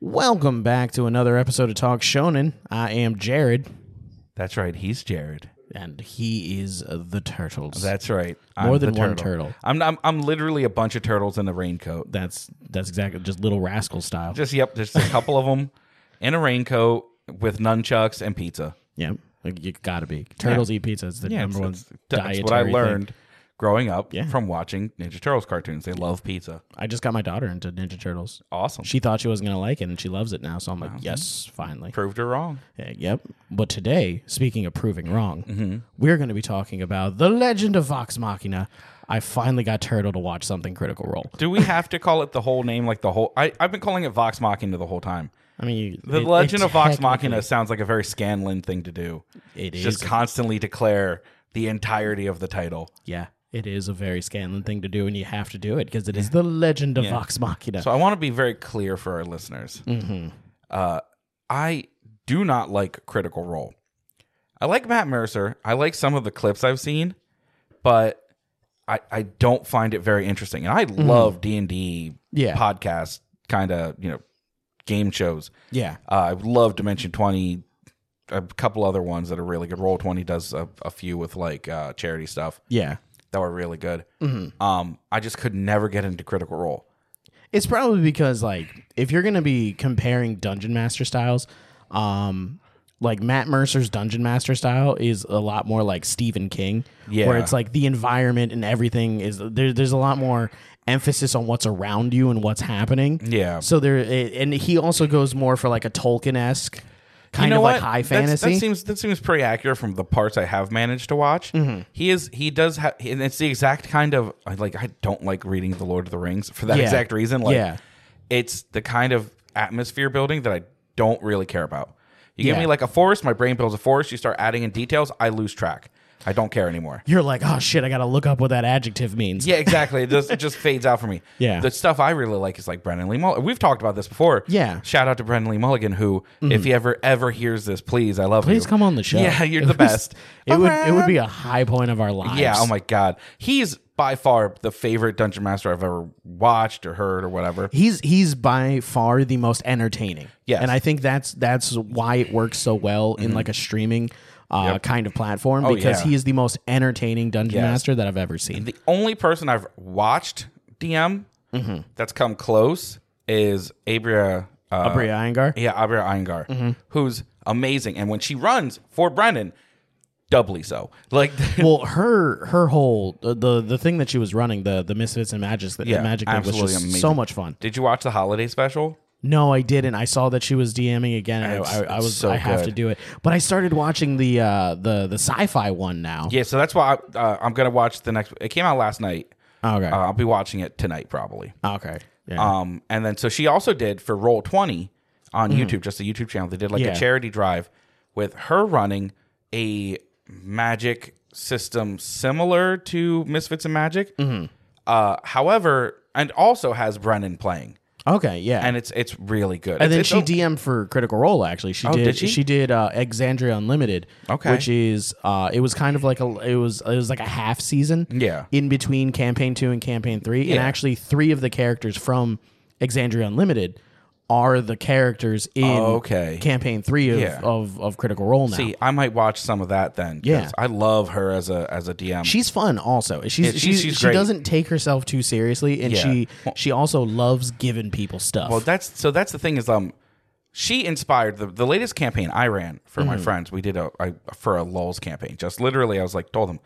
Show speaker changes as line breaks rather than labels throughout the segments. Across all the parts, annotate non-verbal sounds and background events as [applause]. Welcome back to another episode of Talk Shonen. I am Jared,
That's right. He's Jared.
and he is uh, the Turtles.
That's right.
More than one turtle.
I'm, I'm I'm literally a bunch of turtles in a raincoat.
that's that's exactly just Little Rascal style.
Just yep, just a couple of them in a raincoat with nunchucks and pizza.
yeah, like, you gotta be turtles eat pizza. It's the number one
that's,
dietary
that's what I
thing.
learned growing up
Yeah.
from watching Ninja Turtles cartoons. They love pizza.
I just got my daughter into Ninja Turtles.
Awesome.
She thought she wasn't gonna like it, and she loves it now. So I'm like,
Uh-huh.
yes, finally.
proved her wrong.
Yeah, yep. But today, speaking of proving wrong,
Mm-hmm.
we're going to be talking about the Legend of Vox Machina. I finally got Turtle to watch something Critical Role.
Do we have to call it the whole name? Like the whole? I, I've been calling it Vox Machina the whole time.
I mean,
The
it- it
Legend of Vox
technically-
Machina sounds like a very Scanlan thing to do.
It
Just
is.
constantly declare the entirety of the title.
Yeah, it is a very Scanlan thing to do, and you have to do it because it is the Legend of Vox Machina.
So I want to be very clear for our listeners. Uh, I do not like Critical Role. I like Matt Mercer. I like some of the clips I've seen, but I, I don't find it very interesting. And I love D and D
Yeah.
podcast kind of you know game shows.
yeah,
Uh, I love Dimension 20, a couple other ones that are really good. Roll 20 does a, a few with like uh, charity stuff
yeah.
that were really good. Um, I just could never get into Critical Role.
It's probably because like if you're gonna be comparing dungeon master styles, um, like Matt Mercer's dungeon master style is a lot more like Stephen King,
Yeah.
where it's like the environment and everything is there. There's a lot more emphasis on what's around you and what's happening.
Yeah.
So there, it, and he also goes more for like a Tolkien esque kind
you know
of
what?
like high
That's-
fantasy.
that seems that seems pretty accurate from the parts I have managed to watch.
Mm-hmm.
He is he does have, and it's the exact kind of I like I don't like reading the Lord of the Rings for that
Yeah.
exact reason. Like,
Yeah.
it's the kind of atmosphere building that I don't really care about. You give
Yeah.
me like a forest, my brain builds a forest. You start adding in details, I lose track. I don't care anymore.
you're like, oh shit, I gotta look up what that adjective means.
[laughs] Yeah, exactly. It just it just fades out for me.
Yeah.
The stuff I really like is like Brendan Lee Mulligan. We've talked about this before.
Yeah. Mm-hmm.
Shout out to Brendan Lee Mulligan, who, if he ever ever hears this, please, I love you.
Please come on the show.
[laughs] Yeah, you're
It
the
was-
best.
[laughs] It would it would be a high point of our lives.
Yeah. Oh my god, he's by far the favorite dungeon master I've ever watched or heard or whatever.
he's he's by far the most entertaining.
Yes. Mm-hmm.
and I think that's that's why it works so well in like a streaming uh, kind of platform
Oh,
because
yeah.
he is the most entertaining dungeon
Yes.
master that I've ever seen.
The only person I've watched DM
Mm-hmm.
that's come close is Abria. Uh,
Aubrey Iyengar.
Yeah, Abria Iyengar,
Mm-hmm.
who's amazing, and when she runs for Brendan, doubly so. Like, [laughs]
Well, her her whole uh, the the thing that she was running the the misfits and magic
Yeah,
magic League was
absolutely
just
amazing.
so much fun.
did you watch the holiday special?
No, I didn't. I saw that she was DMing again. and
It's-
I, I, I
it's
was
so
I have
good.
to do it, but I started watching the uh, the the sci-fi one now.
Yeah, so that's why I, uh, I'm gonna watch the next. It came out last night.
Oh, Okay.
Uh, I'll be watching it tonight probably.
okay. Yeah.
Um, and then so she also did for Roll Twenty on YouTube, just a YouTube channel. They did like
Mm-hmm. Yeah.
a charity drive with her running a magic system similar to Misfits and Magic.
Mm-hmm.
Uh, however, and also has Brennan playing,
okay. Yeah.
and it's it's really good.
and then
It's-
she
it's a- Oh,
DM'd for Critical Role. Actually, she did.
did she?
she? did uh, Exandria Unlimited.
Okay.
which is uh, it was kind of like a it was it was like a half season.
Yeah.
in between campaign two and campaign three, and
Yeah.
actually three of the characters from Exandria Unlimited are the characters in
Okay.
campaign three of,
Yeah.
of of Critical Role. Now
See, I might watch some of that then. 'cause
Yeah.
I love her as a as a DM.
she's fun also she's,
she's-
she's,
she's
she
great.
doesn't take herself too seriously and
Yeah.
she she also loves giving people stuff
Well, that's so. That's the thing is, um, she inspired the, the latest campaign I ran for
Mm.
my friends. We did a, I, for a lulz campaign. Just literally, I was like, told them,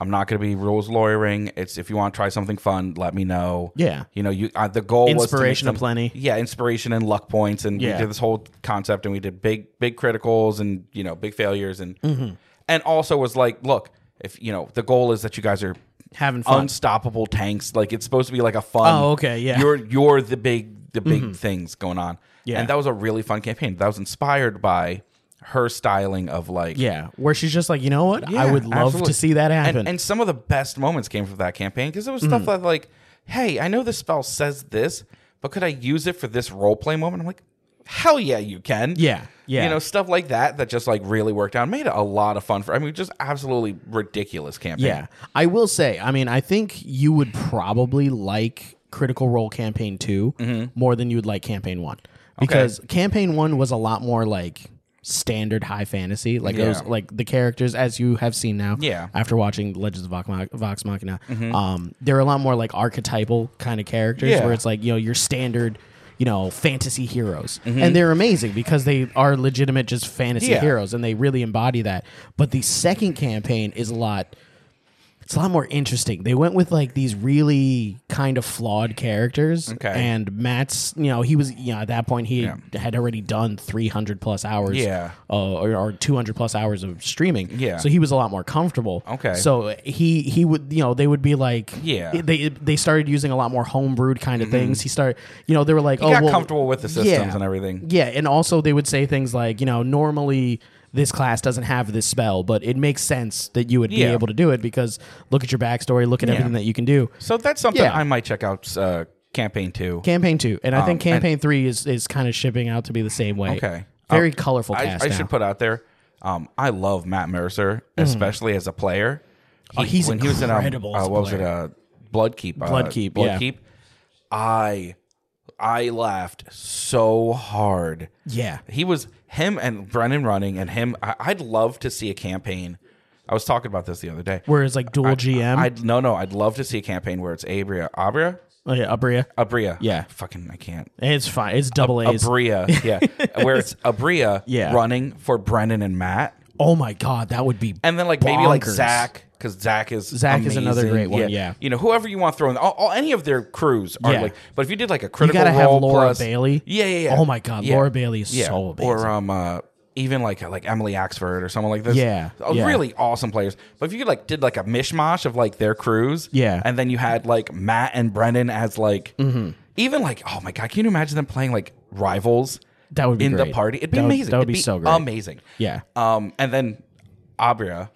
I'm not going to be rules lawyering. It's if you want to try something fun, let me know.
Yeah.
you know, you uh, the goal was to make
Inspiration
them-
aplenty.
Yeah, inspiration and luck points, and
Yeah.
we did this whole concept, and we did big big criticals and you know big failures, and
Mm-hmm.
and also was like, look, if you know the goal is that you guys are
Having fun.
unstoppable tanks. Like it's supposed to be like a fun.
Oh, okay, yeah.
You're you're the big the big things going on.
Mm-hmm. Yeah.
and that was a really fun campaign. That was inspired by her styling of like
Yeah, where she's just like, you know what? I
Yeah,
would love
absolutely.
to see that happen. Mm-hmm.
And, and some of the best moments came from that campaign because it was stuff that like, hey, I know this spell says this, but could I use it for this role play moment? I'm like, hell yeah, you can.
Yeah, yeah.
You know, stuff like that that just like really worked out, made it a lot of fun for. I mean, just absolutely ridiculous campaign.
yeah, I will say, I mean, I think you would probably like Critical Role Campaign 2
Mm-hmm.
more than you would like Campaign 1. Because Campaign 1 was a lot more like standard high fantasy. Like
Yeah.
those like the characters as you have seen now.
Yeah. Mm-hmm.
After watching Legends of Vox, Mach- Vox Machina. Um they're a lot more like archetypal kind of characters
Yeah.
where it's like, you know, your standard you know, fantasy heroes. And they're amazing because they are legitimate just fantasy
Mm-hmm. Yeah.
heroes and they really embody that. But the second campaign is a lot it's a lot more interesting. They went with like these really kind of flawed characters.
Okay.
And Matt's, you know, he was, you know, at that point he had already done 300 plus hours.
Yeah.
Uh, or, or 200 plus hours of streaming.
Yeah.
So he was a lot more comfortable.
Okay.
So he, he would, you know, they would be like,
Yeah. Mm-hmm.
They, they started using a lot more homebrewed kind of things. He started, you know, they were like, oh,
got
well-
comfortable with the systems and everything.
yeah, and also they would say things like, you know, normally this class doesn't have this spell, but it makes sense that you would be
Yeah.
able to do it because look at your backstory, look at everything that you can do.
So that's something
Yeah.
I might check out. Uh, campaign two.
Campaign two, and I think
Um, and-
campaign three is is kind of shipping out to be the same way.
Okay.
very
Um,
colorful
I,
cast.
I
now. Hmm.
should put out there. Um, I love Matt Mercer, especially as a player.
Oh, he's
he
incredible
was
as
in um,
a
uh, what was it?
player.
Uh, Bloodkeep. Uh,
Bloodkeep, yeah.
Bloodkeep. I I laughed so hard.
Yeah.
He was him and Brennan running and him. I, I'd love to see a campaign. I was talking about this the other day.
Whereas like dual GM,
I'd no no. I'd love to see a campaign where it's Abria Abria
oh, yeah, Abria,
Abria.
Yeah.
Fucking I can't.
it's fine. It's double A's.
Abria,
[laughs]
yeah, where it's Abria
Yeah.
running for Brendan and Matt,
oh my god, that would be
and then like maybe like
bonkers.
Zach because Zach is
Zach is another
amazing.
great one, yeah.
you know whoever you want to throw in, all, all- any of their crews are
Yeah.
like. But if you did like a
You
critical
gotta have
role
Laura
plus-
Bailey.
yeah, yeah, yeah.
Oh my god,
Yeah.
Laura Bailey is
yeah.
so amazing.
or um uh, even like like Emily Axford or someone like this,
Yeah,
Uh,
yeah.
really awesome players. But if you could like did like a mishmash of like their crews,
Yeah. Mm-hmm.
and then you had like Matt and Brendan as like even like oh my god, can you imagine them playing like rivals?
That would be
in the
great.
party. It'd be
That would-
amazing.
that would
It'd
be so great.
Amazing.
Yeah.
Um, and then Abria.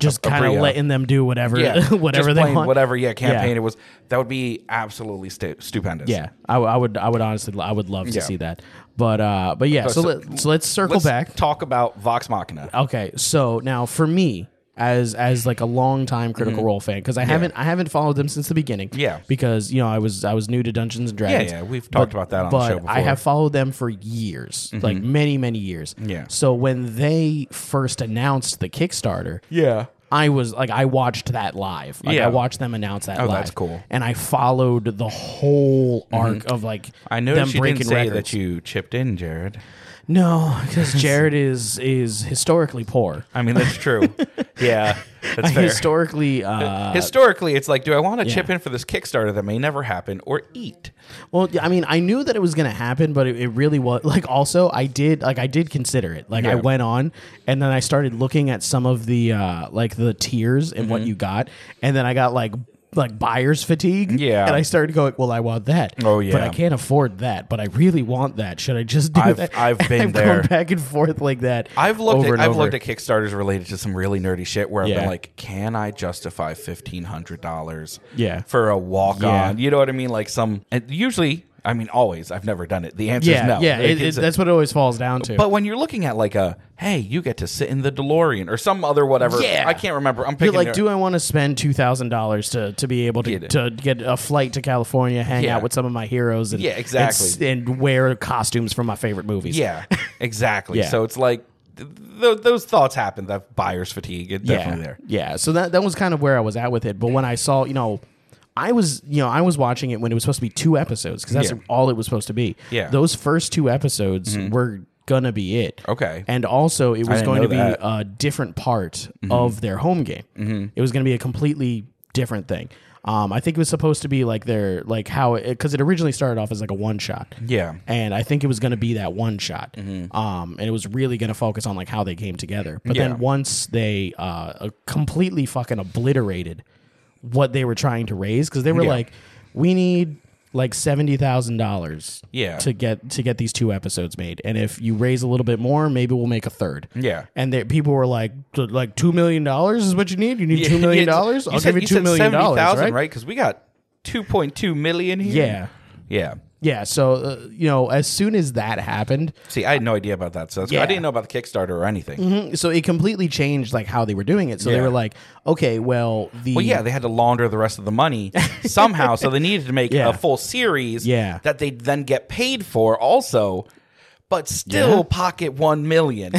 just
Ab-
kind of
Abria.
letting them do whatever, [laughs]
Yeah.
whatever
Just
they
playing
want,
Whatever. Yeah. Campaign. It was. That would be absolutely stu- stupendous.
Yeah, I, I would, I would honestly, I would love to
Yeah.
see that. But, uh, but yeah. So,
so
let, so let's circle
Let's
back. Uh,
Talk about Vox Machina.
okay, so now for me, as as like a long time Critical Role fan, because I haven't, I haven't followed them since the beginning.
Mm-hmm. Yeah.
because you know I was I was new to Dungeons and Dragons.
yeah, we've talked about that on the
but
show
I
before. Mm-hmm.
have followed them for years, like many, many years.
Yeah.
So when they first announced the Kickstarter,
Yeah.
I was like, I watched that live. Like,
Yeah.
I watched them announce that.
Oh,
live.
that's cool. Mm-hmm.
And I followed the whole arc of like
I noticed
them
you
breaking
didn't say
records.
that you chipped in, Jared.
no, because Jared is is historically poor.
I mean,
[laughs]
that's true. yeah, that's fair.
historically, uh,
Historically, it's like, do I want to chip
yeah.
in for this Kickstarter that may never happen or eat?
well, I mean, I knew that it was gonna happen, but it, it really was like. Also, I did like I did consider it. Like I
Yeah.
went on, and then I started looking at some of the uh, like the tiers and
Mm-hmm.
what you got, and then I got like like buyer's fatigue.
Yeah.
and I started going, well, I want that.
Oh,
but
yeah.
I can't afford that. But I really want that. Should I just do
I've-
that? [laughs]
I've been
gone
there.
back and forth like that.
I've looked
over
at
and
I've
over.
looked at Kickstarters related to some really nerdy shit where I've
Yeah.
been like, can I justify fifteen hundred dollars?
Yeah.
for a walk
Yeah.
on. You know what I mean? Like some and usually, I mean, always. I've never done it. The answer
yeah,
is no.
yeah.
Like,
It, it,
it's a-
that's what it always falls down to.
but when you're looking at like a hey, you get to sit in the DeLorean or some other whatever.
Yeah.
I can't remember. I'm
You're
picking
like,
it-
do I want to spend two thousand dollars to to be able to
Get it.
to get a flight to California, hang
Yeah.
out with some of my heroes, and
Yeah,
and
exactly.
s- and, wear costumes from my favorite movies. [laughs]
Yeah, exactly.
Yeah.
So it's like th- th- those thoughts happen. That buyer's fatigue, it's
yeah,
definitely there.
yeah. So that that was kind of where I was at with it. But when I saw, you know, I was, you know, I was watching it when it was supposed to be two episodes because that's
Yeah.
all it was supposed to be.
Yeah. Mm-hmm.
Those first two episodes were gonna be it.
Okay.
And also, it was
didn't
going
know
to be
that. Mm-hmm.
a different part of their home game. It was going to be a completely different thing. Um, I think it was supposed to be like their like how because it, originally started off as like a one shot.
Yeah.
and I think it was going to be that one shot. Um, and it was really going to focus on like how they came together. But
Mm-hmm. Yeah.
then once they uh completely fucking obliterated what they were trying to raise because they were
Yeah.
like, we need like seventy thousand dollars
Yeah.
to get to get these two episodes made. And if you raise a little bit more, maybe we'll make a third.
Yeah.
And there, people were like, "Th- like two million dollars is what you need. You need
[laughs]
two million dollars. I'll give you two million dollars, right?
Because we got two point two million here.
Yeah.
Yeah.
Yeah. So uh, you know, as soon as that happened,
See, I had no idea about that. So that's
Yeah. Mm-hmm.
I didn't know about the Kickstarter or anything.
so it completely changed like how they were doing it. So they
Yeah.
were like, okay, well, the [laughs]
Well, yeah, they had to launder the rest of the money somehow. so they needed to make
Yeah.
a full series
Yeah.
that they then get paid for also, but still
Yeah.
pocket one million.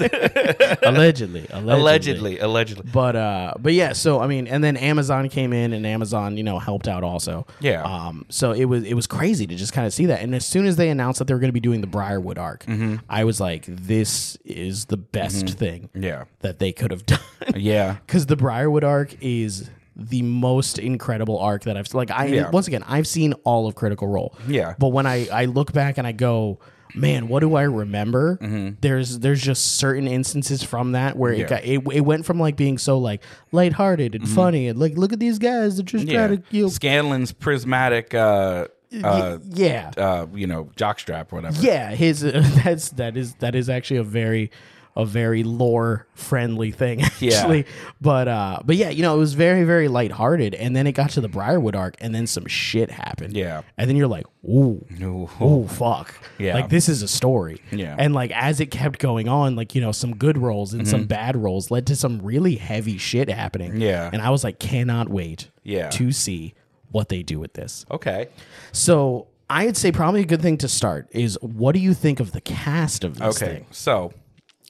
allegedly, [laughs] allegedly,
allegedly. Allegedly.
But uh, but yeah. So I mean, and then Amazon came in, and Amazon, you know, helped out also.
Yeah.
Um. So it was it was crazy to just kind of see that. And as soon as they announced that they were going to be doing the Briarwood arc,
Mm-hmm.
I was like, this is the best thing.
Yeah.
That they could have [laughs] done.
Yeah.
Because the Briarwood arc is the most incredible arc that I've like. I
Yeah.
once again, I've seen all of Critical Role.
Yeah.
But when I I look back and I go. Man, what do I remember? There's there's just certain instances from that where
Mm-hmm. Yeah. Mm-hmm.
it got it, it went from like being so like lighthearted and funny and like look at these guys that just try
Yeah.
to you know,
Scanlan's prismatic uh uh,
yeah
uh you know, jockstrap, whatever.
yeah his [laughs] that's that is that is actually a very a very lore friendly thing [laughs]
Yeah.
actually but uh but yeah you know it was very very lighthearted and then it got to the Briarwood arc and then some shit happened
Yeah.
and then you're like ooh
Ooh.
oh fuck
Yeah.
like this is a story
Yeah.
and like as it kept going on like you know some good rolls and some bad rolls led to some really heavy shit happening
Mm-hmm. Yeah.
and I was like cannot wait
Yeah.
to see what they do with this
Okay.
so I'd say probably a good thing to start is what do you think of the cast of this
Okay.
thing?
So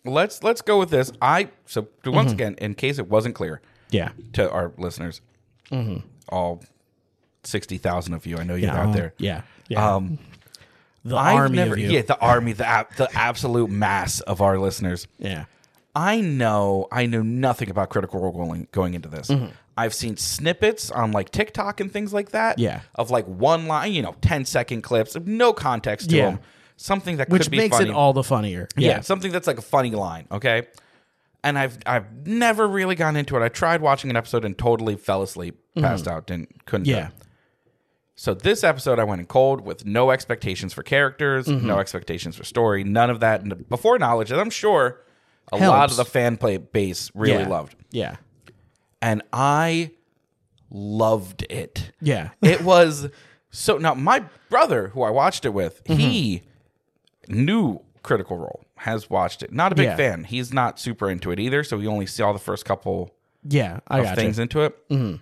let's let's go with this. I so once
Mm-hmm.
again, in case it wasn't clear
Yeah.
to our listeners, all sixty thousand of you, I know you're
Yeah.
out
uh,
there.
Yeah. Yeah.
Um,
the
I've
army
never,
of you.
Yeah, the army, the ab- the absolute mass of our listeners.
Yeah.
I know, I know nothing about Critical Role going, going into this.
Mm-hmm.
I've seen snippets on like TikTok and things like that.
Yeah.
of like one line, you know, 10 second clips, no context to
Yeah.
them. Something that
Which
could be
makes
funny.
it all the funnier.
yeah. something that's like a funny line. Okay, and I've I've never really gotten into it. I tried watching an episode and totally fell asleep, passed out, didn't couldn't. do it.
Mm-hmm. Yeah.
So this episode, I went in cold with no expectations for characters,
Mm-hmm.
no expectations for story, none of that n- before knowledge that I'm sure a lot
Helps.
of the fan play base really
Yeah.
loved,
Yeah.
and I loved it.
Yeah. [laughs]
it was so. Now my brother, who I watched it with,
Mm-hmm.
he knew Critical Role, has watched it. Not a big
Yeah.
fan. He's not super into it either, so he only saw the first couple
Yeah. I Mm-hmm.
of
got
things into it.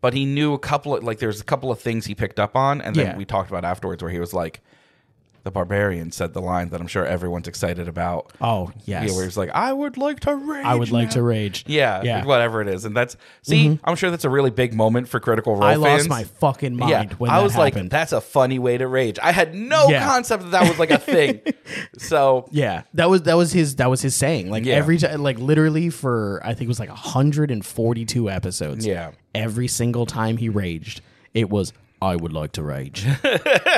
But he knew a couple of like there's a couple of things he picked up on, and then
Yeah.
we talked about afterwards where he was like, "The barbarian said the line that I'm sure everyone's excited about."
Oh, yes.
Yeah, where he's like, "I would like to rage."
I would like
now."
to rage.
Yeah,
Yeah. Mm-hmm.
whatever it is, and that's see, I'm sure that's a really big moment for Critical Role.
I lost
fans.
my fucking mind when
I
that
was like,
happened.
"That's a funny way to rage." I had no
Yeah.
concept that that was like
[laughs]
a thing. so
Yeah, that was that was his that was his saying. Like
Yeah.
every time, like literally for I think it was like 142 episodes.
Yeah.
every single time he raged, it was I would like to
[laughs]
rage, and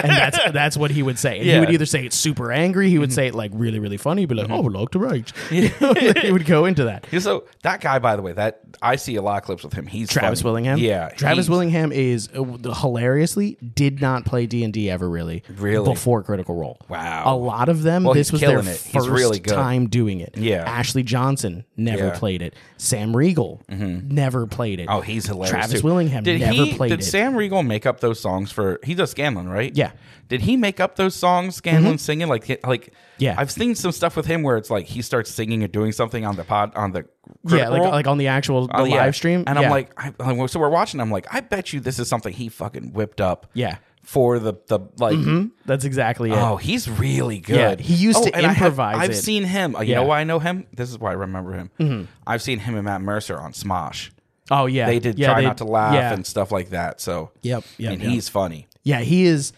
that's that's what he would say. And He
Yeah. Mm-hmm.
would either say it super angry, he would say it like really really funny, he'd be like I would like to
[laughs]
rage. [laughs] You know, he would go into that.
Yeah, So that guy, by the way, that I see a lot of clips with him. He's
Travis
funny.
Willingham.
Yeah,
Travis
he's-
Willingham is uh, w- hilariously did not play D and D ever really,
Really?
before Critical Role.
Wow.
a lot of them.
Well,
this
he's
was their
killing it.
first
He's really good.
time doing it.
Yeah.
Ashley Johnson never
Yeah.
played it. Sam Riegel never played it.
Oh, he's hilarious.
Travis
too.
Willingham
did
never
he,
played
Did
it.
Sam Riegel make up those songs for? He does Scanlon, right?
Yeah. Mm-hmm.
Did he make up those songs? Scanlon singing like like.
Yeah.
I've seen some stuff with him where it's like he starts singing or doing something on the pod on the
yeah, like,
Critical.
like on the actual the
Oh, yeah.
live stream.
and
Yeah.
I'm like, I, I'm- so we're watching. I'm like, I bet you this is something he fucking whipped up.
Yeah.
For the the like.
that's exactly it.
Oh, he's really good.
Yeah, he used
Oh,
to
and I have-
improvise
I've
it.
seen him. Uh, You know
Yeah.
why I know him? This is why I remember him. I've seen him and Matt Mercer on Smosh.
Oh, yeah.
They did
Yeah,
try
they-
not to laugh
yeah.
and stuff like that. So
Yep, yep,
and
yep.
he's funny.
Yeah, he is.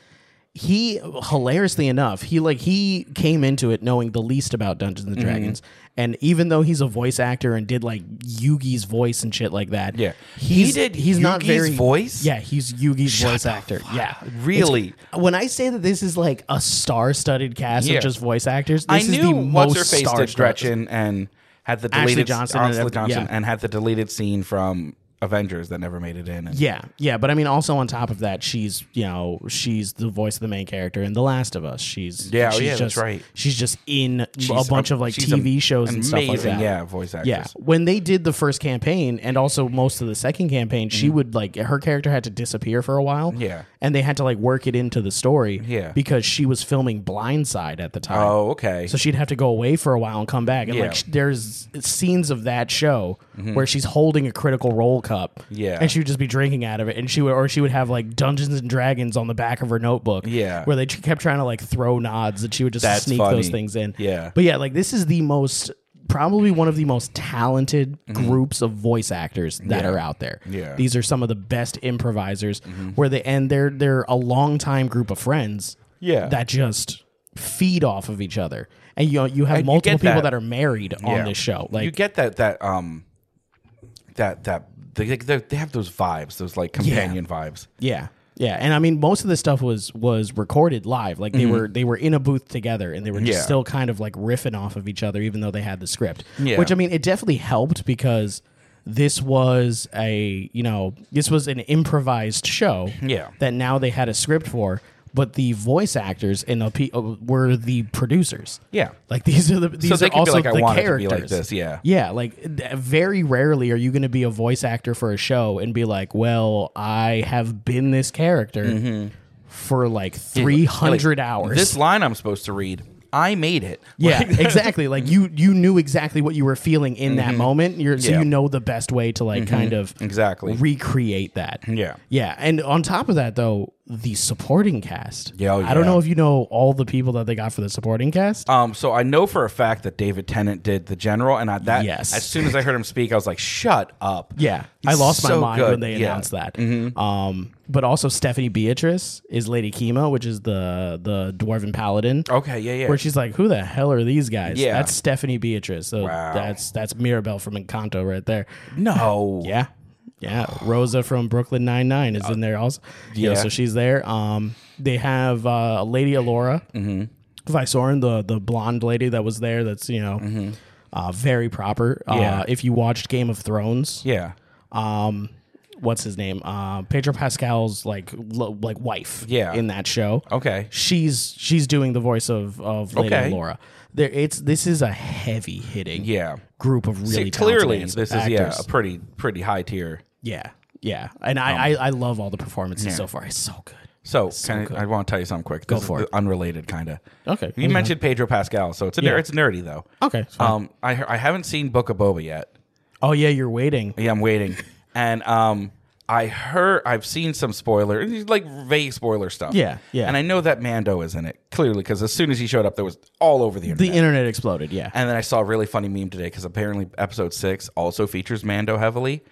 He hilariously enough, he like he came into it knowing the least about Dungeons
Mm-hmm.
and Dragons, and even though he's a voice actor and did like Yugi's voice and shit like that,
Yeah.
he's,
He did
He's not
Yugi's
very
voice?
Yeah, he's Yugi's voice actor. Yeah,
Really?
It's- when I say that this is like a star-studded cast
Yeah.
of just voice actors,
I
this is the
knew
most
what's her face did
star-studded.
Gretchen and had the
Ashley
deleted
Johnson and
Ashley
everything,
Johnson
yeah.
and had the deleted scene from Avengers that never made it in. And
Yeah, yeah, but I mean, also on top of that, she's you know she's the voice of the main character in The Last of Us. She's
Yeah, oh
she's
yeah, that's
just,
right.
She's just in a
she's
bunch of like
she's am-
TV shows and stuff like that.
Yeah, voice actress.
yeah. When they did the first campaign and also most of the second campaign, she would like her character had to disappear for a while.
Mm-hmm. Yeah.
and they had to like work it into the story.
Yeah.
because she was filming Blindside at the time.
Oh, okay.
So she'd have to go away for a while and come back. And
Yeah. Mm-hmm.
like sh- there's scenes of that show where she's holding a critical roll cup.
Yeah.
And she would just be drinking out of it. And she would, or she would have like Dungeons and Dragons on the back of her notebook.
Yeah.
Where they tr- kept trying to like throw nods and she would just
That's
sneak those
funny.
things in.
Yeah.
But yeah, like this is the most, probably one of the most talented groups of voice actors that are out there.
Mm-hmm. Yeah. Mm-hmm.
These are some of the best improvisers where they, and they're, they're a long time group of friends
Yeah.
that just feed off of each other. And you you have
And you
multiple
get
people that.
that.
are married
Yeah.
on this show. Like
you get that that um that that they, they, they have those vibes, those like companion vibes.
yeah. Yeah, and I mean most of this stuff was was recorded live. Like they were they were in a booth together and they were just
Mm-hmm. Yeah.
still kind of like riffing off of each other even though they had the script.
Yeah.
Which I mean it definitely helped because this was a, you know, this was an improvised show
Yeah.
that now they had a script for, but the voice actors and the pe- uh, were the producers.
Yeah.
Like these are the these
they
are
could be
also
like,
the
"I want it to
characters.
be like this," yeah.
yeah. Like th- very rarely are you going to be a voice actor for a show and be like, "Well, I have been this character
Mm-hmm.
for like three hundred
Like,
hours."
This line I'm supposed to read, I made it.
yeah,
Like,
exactly. Like you, you knew exactly what you were feeling in that moment. You're so
Mm-hmm. Yeah. Mm-hmm.
you know the best way to like kind of
Exactly.
recreate that.
Yeah.
yeah. And on top of that, though, the supporting cast.
Yeah, oh,
I don't
yeah.
know if you know all the people that they got for the supporting cast.
[laughs] Um, so I know for a fact that David Tennant did the general, and I, that
Yes.
as soon as I heard him speak, I was like, "Shut up!"
Yeah,
He's
I lost my
so
mind when
good.
they
Yeah. Mm-hmm.
announced that. Um, but also Stephanie Beatrice is Lady Kima, which is the the dwarven paladin.
Okay, yeah, yeah.
Where she's like, "Who the hell are these guys?"
Yeah.
that's Stephanie Beatrice. So
Wow.
that's that's Mirabelle from Encanto right there.
No,
Yeah,
[sighs]
yeah. Rosa from Brooklyn Nine Nine is in there also. Yeah,
Uh, yeah.
so she's there. Um, they have uh, Lady Alora,
Mm-hmm.
Visorin, the the blonde lady that was there. That's you know. Uh, very proper. Uh,
Mm-hmm. Yeah.
if you watched Game of Thrones,
yeah,
um what's his name uh pedro pascal's like lo- like wife
Yeah.
in that show
Okay.
she's she's doing the voice of of lady
Okay.
laura there it's this is a heavy hitting
yeah.
group of really
See, clearly,
talented
this is yeah
actors.
a pretty pretty high tier.
yeah yeah and
Um,
I, I i love all the performances so far it's so good
So, can I- I, want to tell you something quick. Go
for it.
Unrelated, kind of.
Okay,
You
moving
mentioned Pedro Pascal, so it's a ner-
Yeah.
it's nerdy though.
Okay, it's fine.
Um, I he- I haven't seen Book of Boba yet.
oh yeah you're waiting
Yeah, I'm
[laughs]
waiting. And um, I heard I've seen some spoiler, like vague spoiler stuff.
Yeah, yeah.
And I know that Mando is in it clearly because as soon as he showed up, there was all over the
the
internet.
internet exploded yeah
and then I saw a really funny meme today because apparently episode six also features Mando heavily,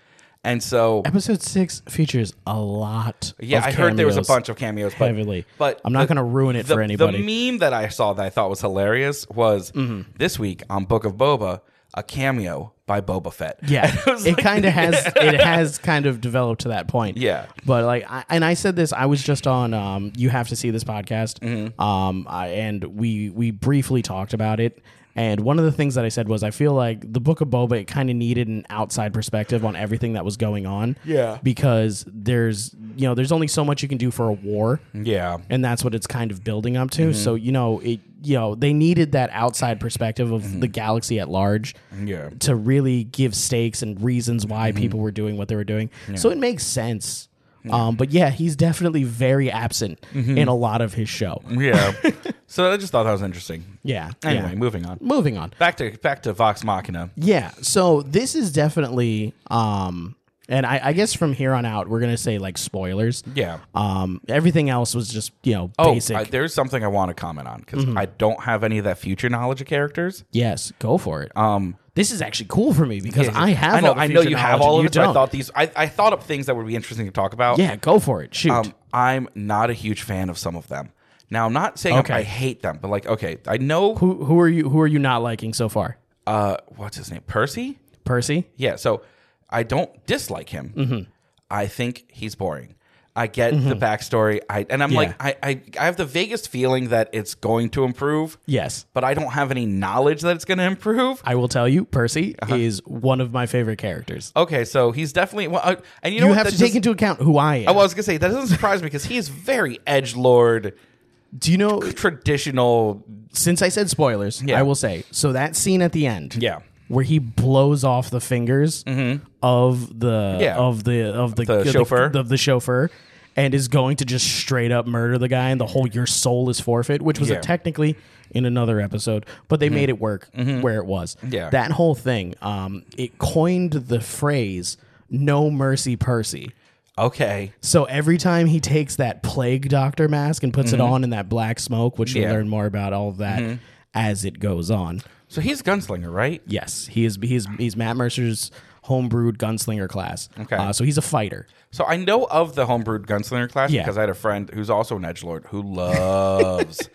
and so.
Episode six features a lot.
Yeah,
of
I heard there was a
cameos.
bunch of cameos, but,
heavily.
But
I'm not
the-
going to ruin it
the-
for anybody. Mm-hmm.
The meme that I saw that I thought was hilarious was this week on Book of Boba, a cameo by Boba Fett.
Yeah,
[laughs] And I
it
was like,
kind of
[laughs]
has it has kind of developed to that point.
Yeah.
but like, I, and I said this. I was just on. Um, you have to see this podcast.
Mm-hmm.
Um, I, and we we briefly talked about it. And one of the things that I said was, I feel like the Book of Boba it kind of needed an outside perspective on everything that was going on.
Yeah.
because there's you know there's only so much you can do for a war
yeah,
and that's what it's kind of building up to.
Mm-hmm.
So you know, it you know they needed that outside perspective of
Mm-hmm.
the galaxy at large,
Yeah.
to really give stakes and reasons why
Mm-hmm.
people were doing what they were doing. So it makes sense. Um, but yeah, he's definitely very absent
Mm-hmm.
in a lot of his show. [laughs]
yeah. so I just thought that was interesting.
Yeah.
Mm-hmm. Anyway,
yeah.
moving on.
Moving on.
Back to back to Vox Machina.
Yeah. So this is definitely, um, and I, I guess from here on out, we're gonna say like spoilers.
Yeah.
Um, everything else was just you know
Oh,
basic. Mm-hmm.
I, there's something I want to comment on because I don't have any of that future knowledge of characters.
yes, go for it. Um, this is actually cool for me because
Yeah,
I have.
I know.
all the
I know
future
you have
knowledge
all
and you
of it. But I
don't.
thought these. I, I thought up things that would be interesting to talk about.
yeah, go for it. Shoot.
Um, I'm not a huge fan of some of them. Now, I'm not saying
Okay.
I hate them, but like, okay, I know.
who who are you? Who are you not liking so far?
Uh, what's his name? Percy.
Percy.
Yeah. So I don't dislike him.
Mm-hmm.
I think he's boring. I get the backstory. I and I'm
Yeah.
like, I, I I have the vaguest feeling that it's going to improve.
Yes.
But I don't have any knowledge that it's going to improve.
I will tell you, Percy
Uh-huh.
is one of my favorite characters.
Okay, so he's definitely. Well, uh, and you know
You,
what?
have
That
to take
does-
into account who I am.
I was gonna say that doesn't surprise me because he is very edge lord,
Do you know?
traditional.
Since I said spoilers,
Yeah.
I will say so that scene at the end.
Yeah. Mm-hmm.
Where he blows off the fingers of the
Yeah.
of the of the,
The chauffeur.
of the chauffeur and is going to just straight up murder the guy and the whole your soul is forfeit, which was
Yeah. Mm-hmm.
a technically in another episode, but they made it work where it was.
Yeah.
That whole thing, um, it coined the phrase "No mercy, Percy."
Okay,
So every time he takes that plague doctor mask and puts it on in that black smoke, which
Mm-hmm. Yeah. Mm-hmm.
you'll learn more about all of that as it goes on.
so he's a gunslinger, right?
Yes, he is. He's he's Matt Mercer's homebrewed gunslinger class.
Okay.
uh, so he's a fighter.
So I know of the homebrewed gunslinger class
Yeah.
because I had a friend who's also an edge lord
[laughs]
who loves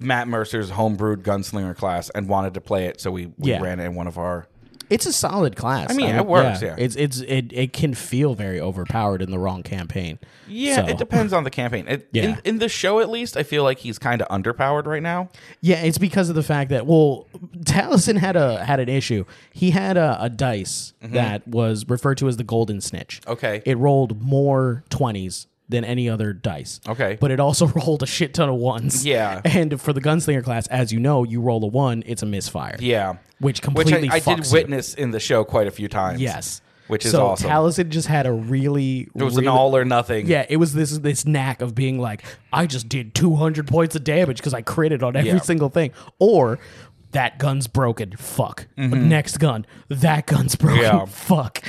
Matt Mercer's homebrewed gunslinger class and wanted to play it, so we, we
Yeah.
ran it in one of our.
It's a solid class.
I mean, it works, yeah.
it's it's it, it can feel very overpowered in the wrong campaign.
Yeah,
So-
it [laughs] depends on the campaign. It,
Yeah.
in, in the show, at least, I feel like he's kind of underpowered right now.
Yeah, it's because of the fact that well, Taliesin had a had an issue. He had a, a dice that was referred to as the golden snitch.
Mm-hmm. Okay.
it rolled more twenties than any other dice.
Okay.
but it also [laughs] rolled a shit ton of ones.
Yeah.
[laughs] and for the gunslinger class, as you know, you roll a one, it's a misfire.
Yeah,
which completely
I, I did
fucks you.
witness in the show quite a few times.
Yes,
which is
so
awesome.
Taliesin just had a really
it was
really,
an all or nothing.
yeah, it was this this knack of being like, I just did 200 points of damage because I critted on every
Yeah.
single thing, or that gun's broken. Fuck. Next gun, that gun's broken.
Mm-hmm. Yeah.
[laughs]
Uh-huh. Oh.
Fuck.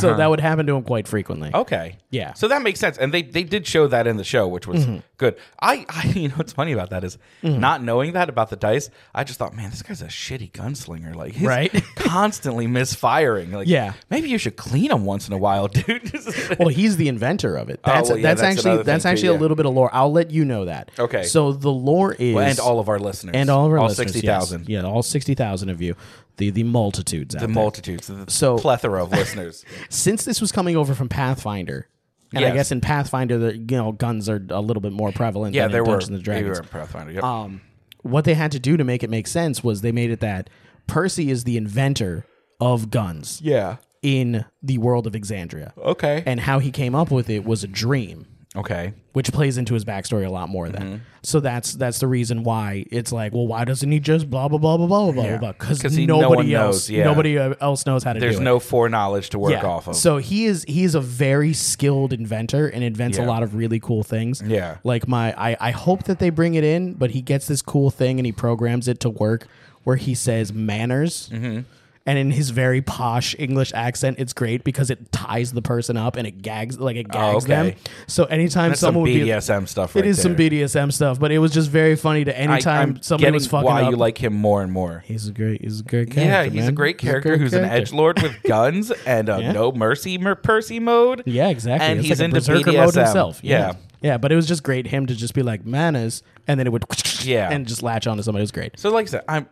so that would happen to him quite frequently.
Okay.
Yeah. Mm-hmm.
So that makes sense, and they they did show that in the show, which was good. I, I [laughs] you know what's funny about that is not knowing that about the dice. I just thought, man, this guy's a shitty gunslinger. Like, he's
Right?
[laughs] constantly misfiring. Like,
Yeah.
Maybe you should clean him once in a while, [laughs] dude.
Well, he's the inventor of it. That's
Oh, well, yeah,
that's,
that's another
actually that's
thing too,
actually
yeah.
a little bit of lore. I'll let you know that.
Okay.
So the lore is
and all of our listeners,
and all of our
all
listeners,
sixty
yes.
thousand,
Yeah, all sixty thousand of you, the the multitudes. out
the
there.
multitudes, the
So-
plethora
[laughs]
of listeners.
since this was coming over from Pathfinder, and
Yes.
I guess in Pathfinder, the you know guns are a little bit more prevalent.
Yeah,
than
there
in
were.
Dungeons and
they were
Dragons. Um,
in Pathfinder. Yep.
What they had to do to make it make sense was they made it that Percy is the inventor of guns
yeah.
in the world of Exandria,
Okay.
and how he came up with it was a dream.
okay.
Which plays into his backstory a lot more then,
Mm-hmm.
so that's that's the reason why it's like, well, why doesn't he just blah blah blah blah blah blah blah blah? Because
'Cause he-
nobody
no one
else,
knows, yeah.
nobody uh, else knows how to
There's
do it.
no foreknowledge to work off of.
So he is he is a very skilled inventor and invents
Yeah.
a lot of really cool things.
Yeah.
Like my I, I hope that they bring it in, but he gets this cool thing and he programs it to work where he says manners.
Mm-hmm.
And in his very posh English accent, it's great because it ties the person up and it gags like it gags
Oh, okay.
them. So anytime
That's some
someone would be
BDSM stuff. Right
it is some
there.
BDSM stuff, but it was just very funny to
I-
anytime
I'm
somebody
getting
was fucking
why
up.
you like him more and more.
he's a great he's a great character.
Yeah, he's a
man.
great
He's a
character who's an
character.
edge
[laughs]
lord with guns and a
Yeah.
no mercy mer- Percy mode.
Yeah, exactly.
And
It's
he's
like a
into
berserker
BDSM.
mode himself.
Yeah.
yeah. Yeah, but it was just great him to just be like manners, and then it would [laughs]
Yeah.
and just latch onto somebody. It was great.
So, like I said, I'm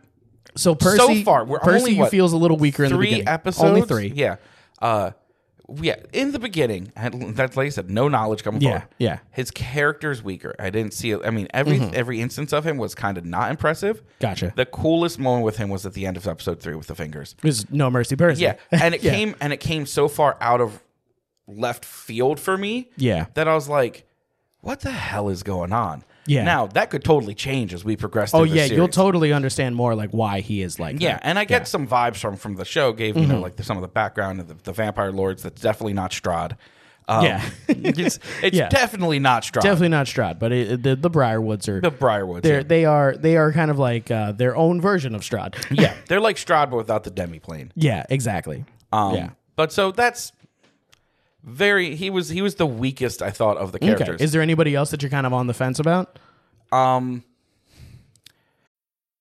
So Percy,
so far we're
Percy
only, what,
feels a little weaker in the
three
beginning.
episodes.
Only three.
Yeah. Uh, yeah. In the beginning, I had- that's like I said, no knowledge coming
Yeah,
forward.
yeah. Mm-hmm.
His character's weaker. I didn't see. it. I mean, every every instance of him was kind of not impressive.
Gotcha.
The coolest moment with him was at the end of episode three with the fingers.
It was no mercy, Percy. [laughs]
Yeah, and it came and it came so far out of left field for me.
Yeah.
that I was like, "What the hell is going on?"
Yeah.
Now that could totally change as we progress. Through
Oh
this
yeah, you'll
series.
totally understand more like why he is like.
Yeah,
that.
and I get some vibes from from the show. Gave you
Mm-hmm.
know like the, some of the background of the, the vampire lords. That's definitely not Strahd.
[laughs]
Um,
Yeah.
[laughs] it's it's
Yeah.
definitely not
[laughs]
Strahd.
definitely not Strahd, but it, the the Briarwoods are
the Briarwoods.
they're,
yeah.
they are they are kind of like uh, their own version of Strahd. [laughs]
yeah, they're like Strahd but without the demiplane.
yeah, exactly.
Um,
yeah.
But so that's very he was he was the weakest I thought of the
Okay.
characters.
Is there anybody else that you're kind of on the fence about?
Um,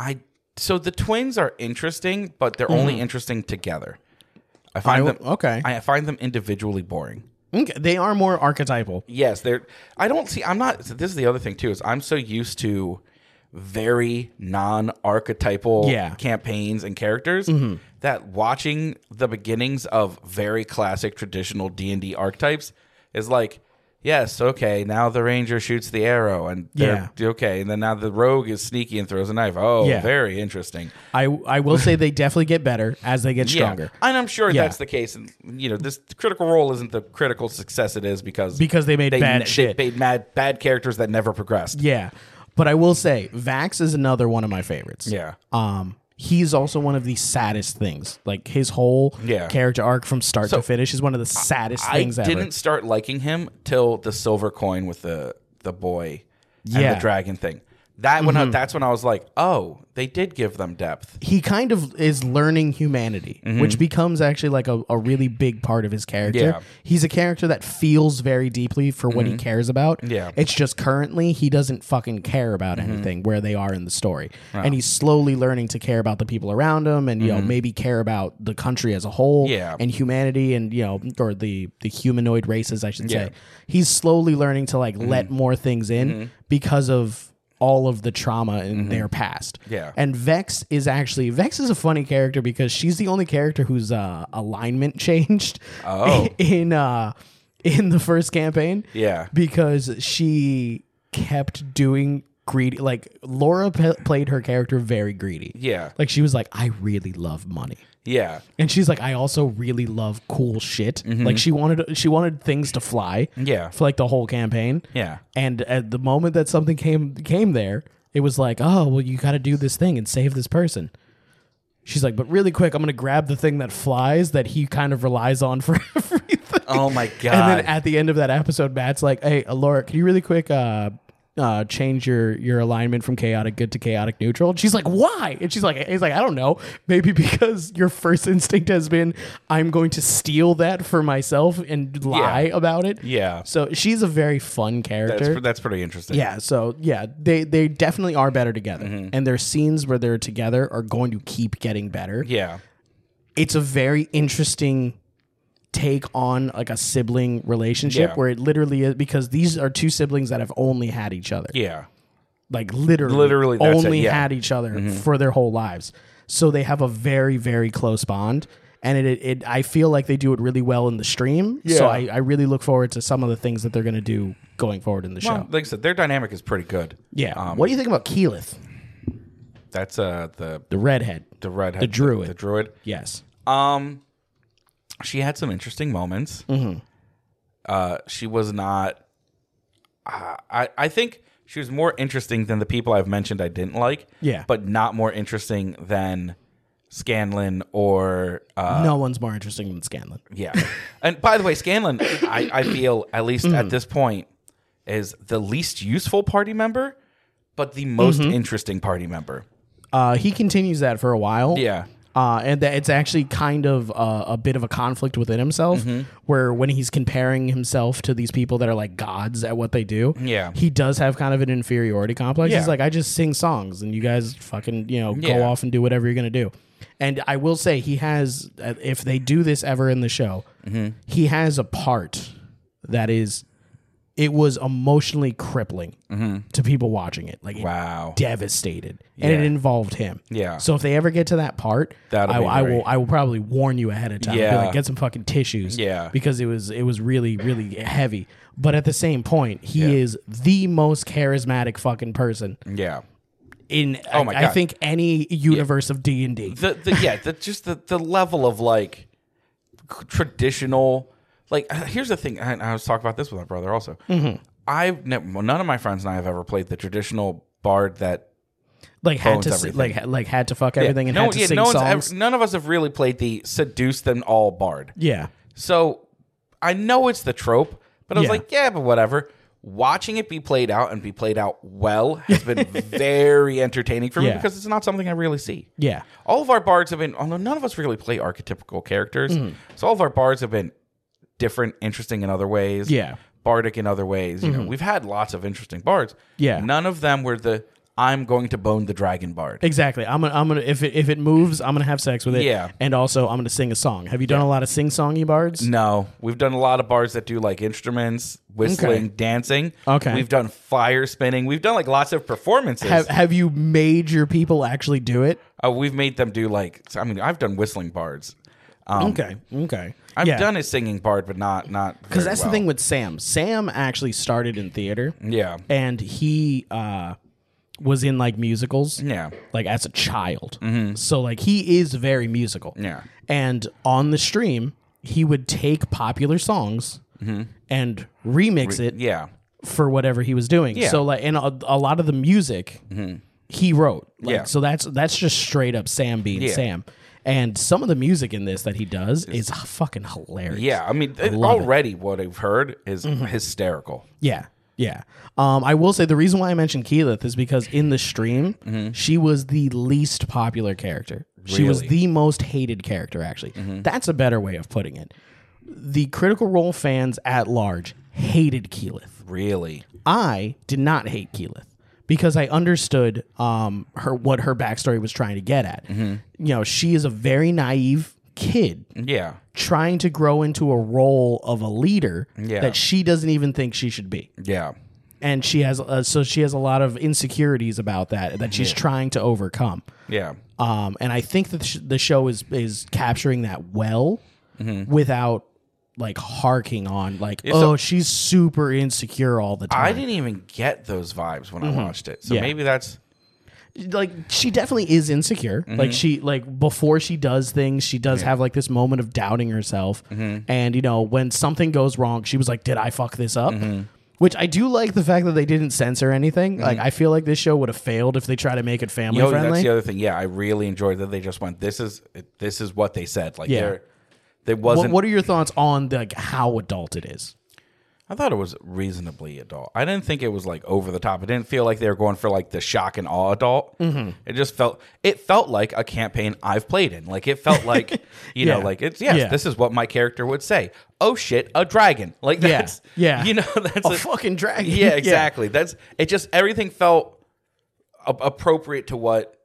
I so the twins are interesting, but they're only interesting together. I find
Mm-hmm. I-
them
okay.
I find them individually boring.
Okay, They are more archetypal.
Yes, they're. I don't see. I'm not. so This is the other thing too. Is I'm so used to very non-archetypal
Yeah. Mm-hmm.
campaigns and characters that watching the beginnings of very classic traditional D&D archetypes is like yes okay now the ranger shoots the arrow and they're- okay and then now the rogue is sneaky and throws a knife oh
Yeah.
very interesting
I I will say they definitely get better as they get stronger
yeah. and I'm sure
Yeah.
that's the case and you know this critical role isn't the critical success it is because
because they made
they,
bad
they
shit.
made mad, bad characters that never progressed.
yeah, but I will say Vax is another one of my favorites.
Yeah.
Um, he's also one of the saddest things. Like his whole
Yeah.
character arc from start to finish is one of the saddest
I
things ever.
didn't start liking him till the silver coin with the the boy and
Yeah. Mm-hmm.
the dragon thing. That when I, that's when I was like, oh, they did give them depth.
he kind of is learning humanity, which becomes actually like a, a really big part of his character.
Mm-hmm. Yeah. Mm-hmm.
He's a character that feels very deeply for what he cares about.
Yeah. Mm-hmm.
It's just currently he doesn't fucking care about anything where they are in the story. And he's slowly learning to care about the people around him and, you know, maybe care about the country as a whole
Mm-hmm. Yeah.
and humanity and, you know, or the, the humanoid races, I should
Yeah. Mm-hmm.
say. He's slowly learning to like let more things in because of all of the trauma in their past.
Mm-hmm. Yeah.
And Vex is actually Vex is a funny character because she's the only character whose uh, alignment [laughs] changed
Oh.
[laughs] in uh in the first campaign.
Yeah.
Because she kept doing greedy like Laura p- played her character very greedy.
Yeah.
Like she was like I really love money.
Yeah,
And she's like, I also really love cool shit. Like she wanted, she wanted things to fly.
Mm-hmm. Yeah.
for like the whole campaign.
Yeah.
And at the moment that something came came there, it was like, oh well, you got to do this thing and save this person. She's like, but really quick, I'm gonna grab the thing that flies that he kind of relies on for [laughs] everything.
Oh my
And
God.
then at the end of that episode, Matt's like, hey, Laura, can you really quick? uh uh, change your your alignment from chaotic good to chaotic neutral. And she's like, why? And she's like, he's like, I don't know. Maybe because your first instinct has been, I'm going to steal that for myself and lie about it.
Yeah.
So she's a very fun character.
that's, that's pretty interesting.
yeah. So yeah, they they definitely are better together,
Mm-hmm.
and their scenes where they're together are going to keep getting better.
yeah,
It's a very interesting take on like a sibling relationship
Yeah.
where it literally is because these are two siblings that have only had each other
yeah.
like literally,
Literally, that's it,
only
yeah. Mm-hmm.
had each other for their whole lives. So they have a very, very close bond. And it, it, it I feel like they do it really well in the stream. So
Yeah.
I, I really look forward to some of the things that they're going to do going forward in the
Well, um,
show.
like I said, their dynamic is pretty good.
Yeah. what do you think about Keyleth,
That's uh the
the redhead?
the redhead,
The druid.
the druid.
Yes.
Um, she had some interesting moments. Uh, she was not. I I I think she was more interesting than the people I've mentioned I didn't like.
Yeah.
but not more interesting than Scanlan or uh,
no one's more interesting than Scanlan.
yeah. and by the way, Scanlan, I I feel at least at this point is the least useful party member, but the most interesting party member.
Uh, he continues that for a while.
Yeah.
Uh, and that it's actually kind of uh, a bit of a conflict within himself,
Mm-hmm.
where when he's comparing himself to these people that are like gods at what they do,
Yeah.
he does have kind of an inferiority complex.
Yeah.
He's like, I just sing songs, and you guys fucking you know go
Yeah.
off and do whatever you're gonna do. And I will say he has, uh, if they do this ever in the show,
Mm-hmm.
he has a part that is, it was emotionally crippling to people watching it. Like it
Mm-hmm. Wow.
devastated, and it
Yeah.
involved him.
Yeah.
So if they ever get to that part,
That'll
I,
be
I
great.
will. I will probably warn you ahead of time. Be
Yeah.
like, get some fucking tissues.
Yeah.
Because it was it was really really heavy. But at the same point, he is the most charismatic fucking person
Yeah.
in
Oh
I-
my
I,
God.
think any universe of D and D.
the, the yeah the just the, the level of like c- traditional like uh, here's the thing I, I was talking about this with my brother
Mm-hmm.
also i've never none of my friends and i have ever played the traditional bard that
like had
Phones,
to si-
everything.
like ha- like had to fuck everything and had to
yeah,
sing
one's ever-
songs.
none of us have really played the seduce them all bard.
yeah,
So I know it's the trope, but I was
Yeah.
like, yeah, but whatever. Watching it be played out and be played out well has
[laughs]
been very entertaining for me
Yeah.
because it's not something I really see.
yeah,
All of our bards have been, although none of us really play archetypical characters.
Mm-hmm.
So all of our bards have been different, interesting in other ways.
Yeah. Mm-hmm.
Bardic in other ways. You know, we've had lots of interesting bards.
Yeah.
None of them were the I'm going to bone the dragon bard.
exactly. I'm gonna I'm gonna if it, if it moves, I'm gonna have sex with it.
Yeah.
and also I'm gonna sing a song. Have you done a lot of sing songy bards?
No, we've done a lot of bars that do like instruments, whistling,
Okay.
dancing.
Okay.
we've done fire spinning. We've done like lots of performances.
Have Have you made your people actually do it?
uh, we've made them do like I mean, I've done whistling bards. Um,
Okay, okay.
I've
Yeah.
done a singing bard, but not not
because that's the thing with Sam. Sam actually started in theater.
yeah,
and he uh was in like musicals
yeah, Mm-hmm.
like as a child so like he is very musical
Yeah.
and on the stream he would take popular songs
Mm-hmm.
and remix it
yeah.
for whatever he was doing
Yeah. Mm-hmm.
so like and a, a lot of the music he wrote like,
Yeah.
so that's that's just straight up sam being
Yeah.
sam and some of the music in this that he does is fucking hilarious
Yeah, I mean,
love it.
it-
Mm-hmm.
already what I've heard is hysterical.
Yeah. Yeah. Um, I will say the reason why I mentioned Keelith is because in the stream,
Mm-hmm.
she was the least popular character. She was
Really? Mm-hmm.
the most hated character, actually. That's a better way of putting it. The Critical Role fans at large hated Keelith.
Really,
I did not hate Keelith because I understood um, her what her backstory was trying to get at.
Mm-hmm.
You know, she is a very naive kid
yeah,
trying to grow into a role of a leader
Yeah.
that she doesn't even think she should be
yeah,
and she has uh, so she has a lot of insecurities about that that she's trying to overcome.
yeah,
Um, and I think that the sh- the show is is capturing that well
Mm-hmm.
without like harking on like
so-
oh she's super insecure all the
I
time.
didn't even get those vibes when I watched it, so
Mm-hmm. Yeah.
maybe that's
like she definitely is insecure.
Mm-hmm.
Like she like before she does things, she does have like this moment of doubting herself.
Mm-hmm.
And you know when something goes wrong, she was like, "Did I fuck this up?"
Mm-hmm.
Which I do like the fact that they didn't censor anything. Like I feel like this show would have failed if they try to make it family
Yo,
friendly.
That's the other thing. Yeah, I really enjoyed that they just went. This is this is what they said. Like,
Yeah.
there, there
what,
wasn't.
what are your thoughts on like how adult it is?
I thought it was reasonably adult. I didn't think it was like over the top. It didn't feel like they were going for like the shock and awe adult.
Mm-hmm.
It just felt. It felt like a campaign I've played in. Like it felt like
[laughs]
you know,
Yeah.
like it's yes,
Yeah.
this is what my character would say. Oh shit, a dragon. Like
Yeah.
that's
Yeah.
You know, [laughs] that's
A fucking dragon. [laughs]
Yeah,
Yeah.
exactly. That's it. Just everything felt a- appropriate to what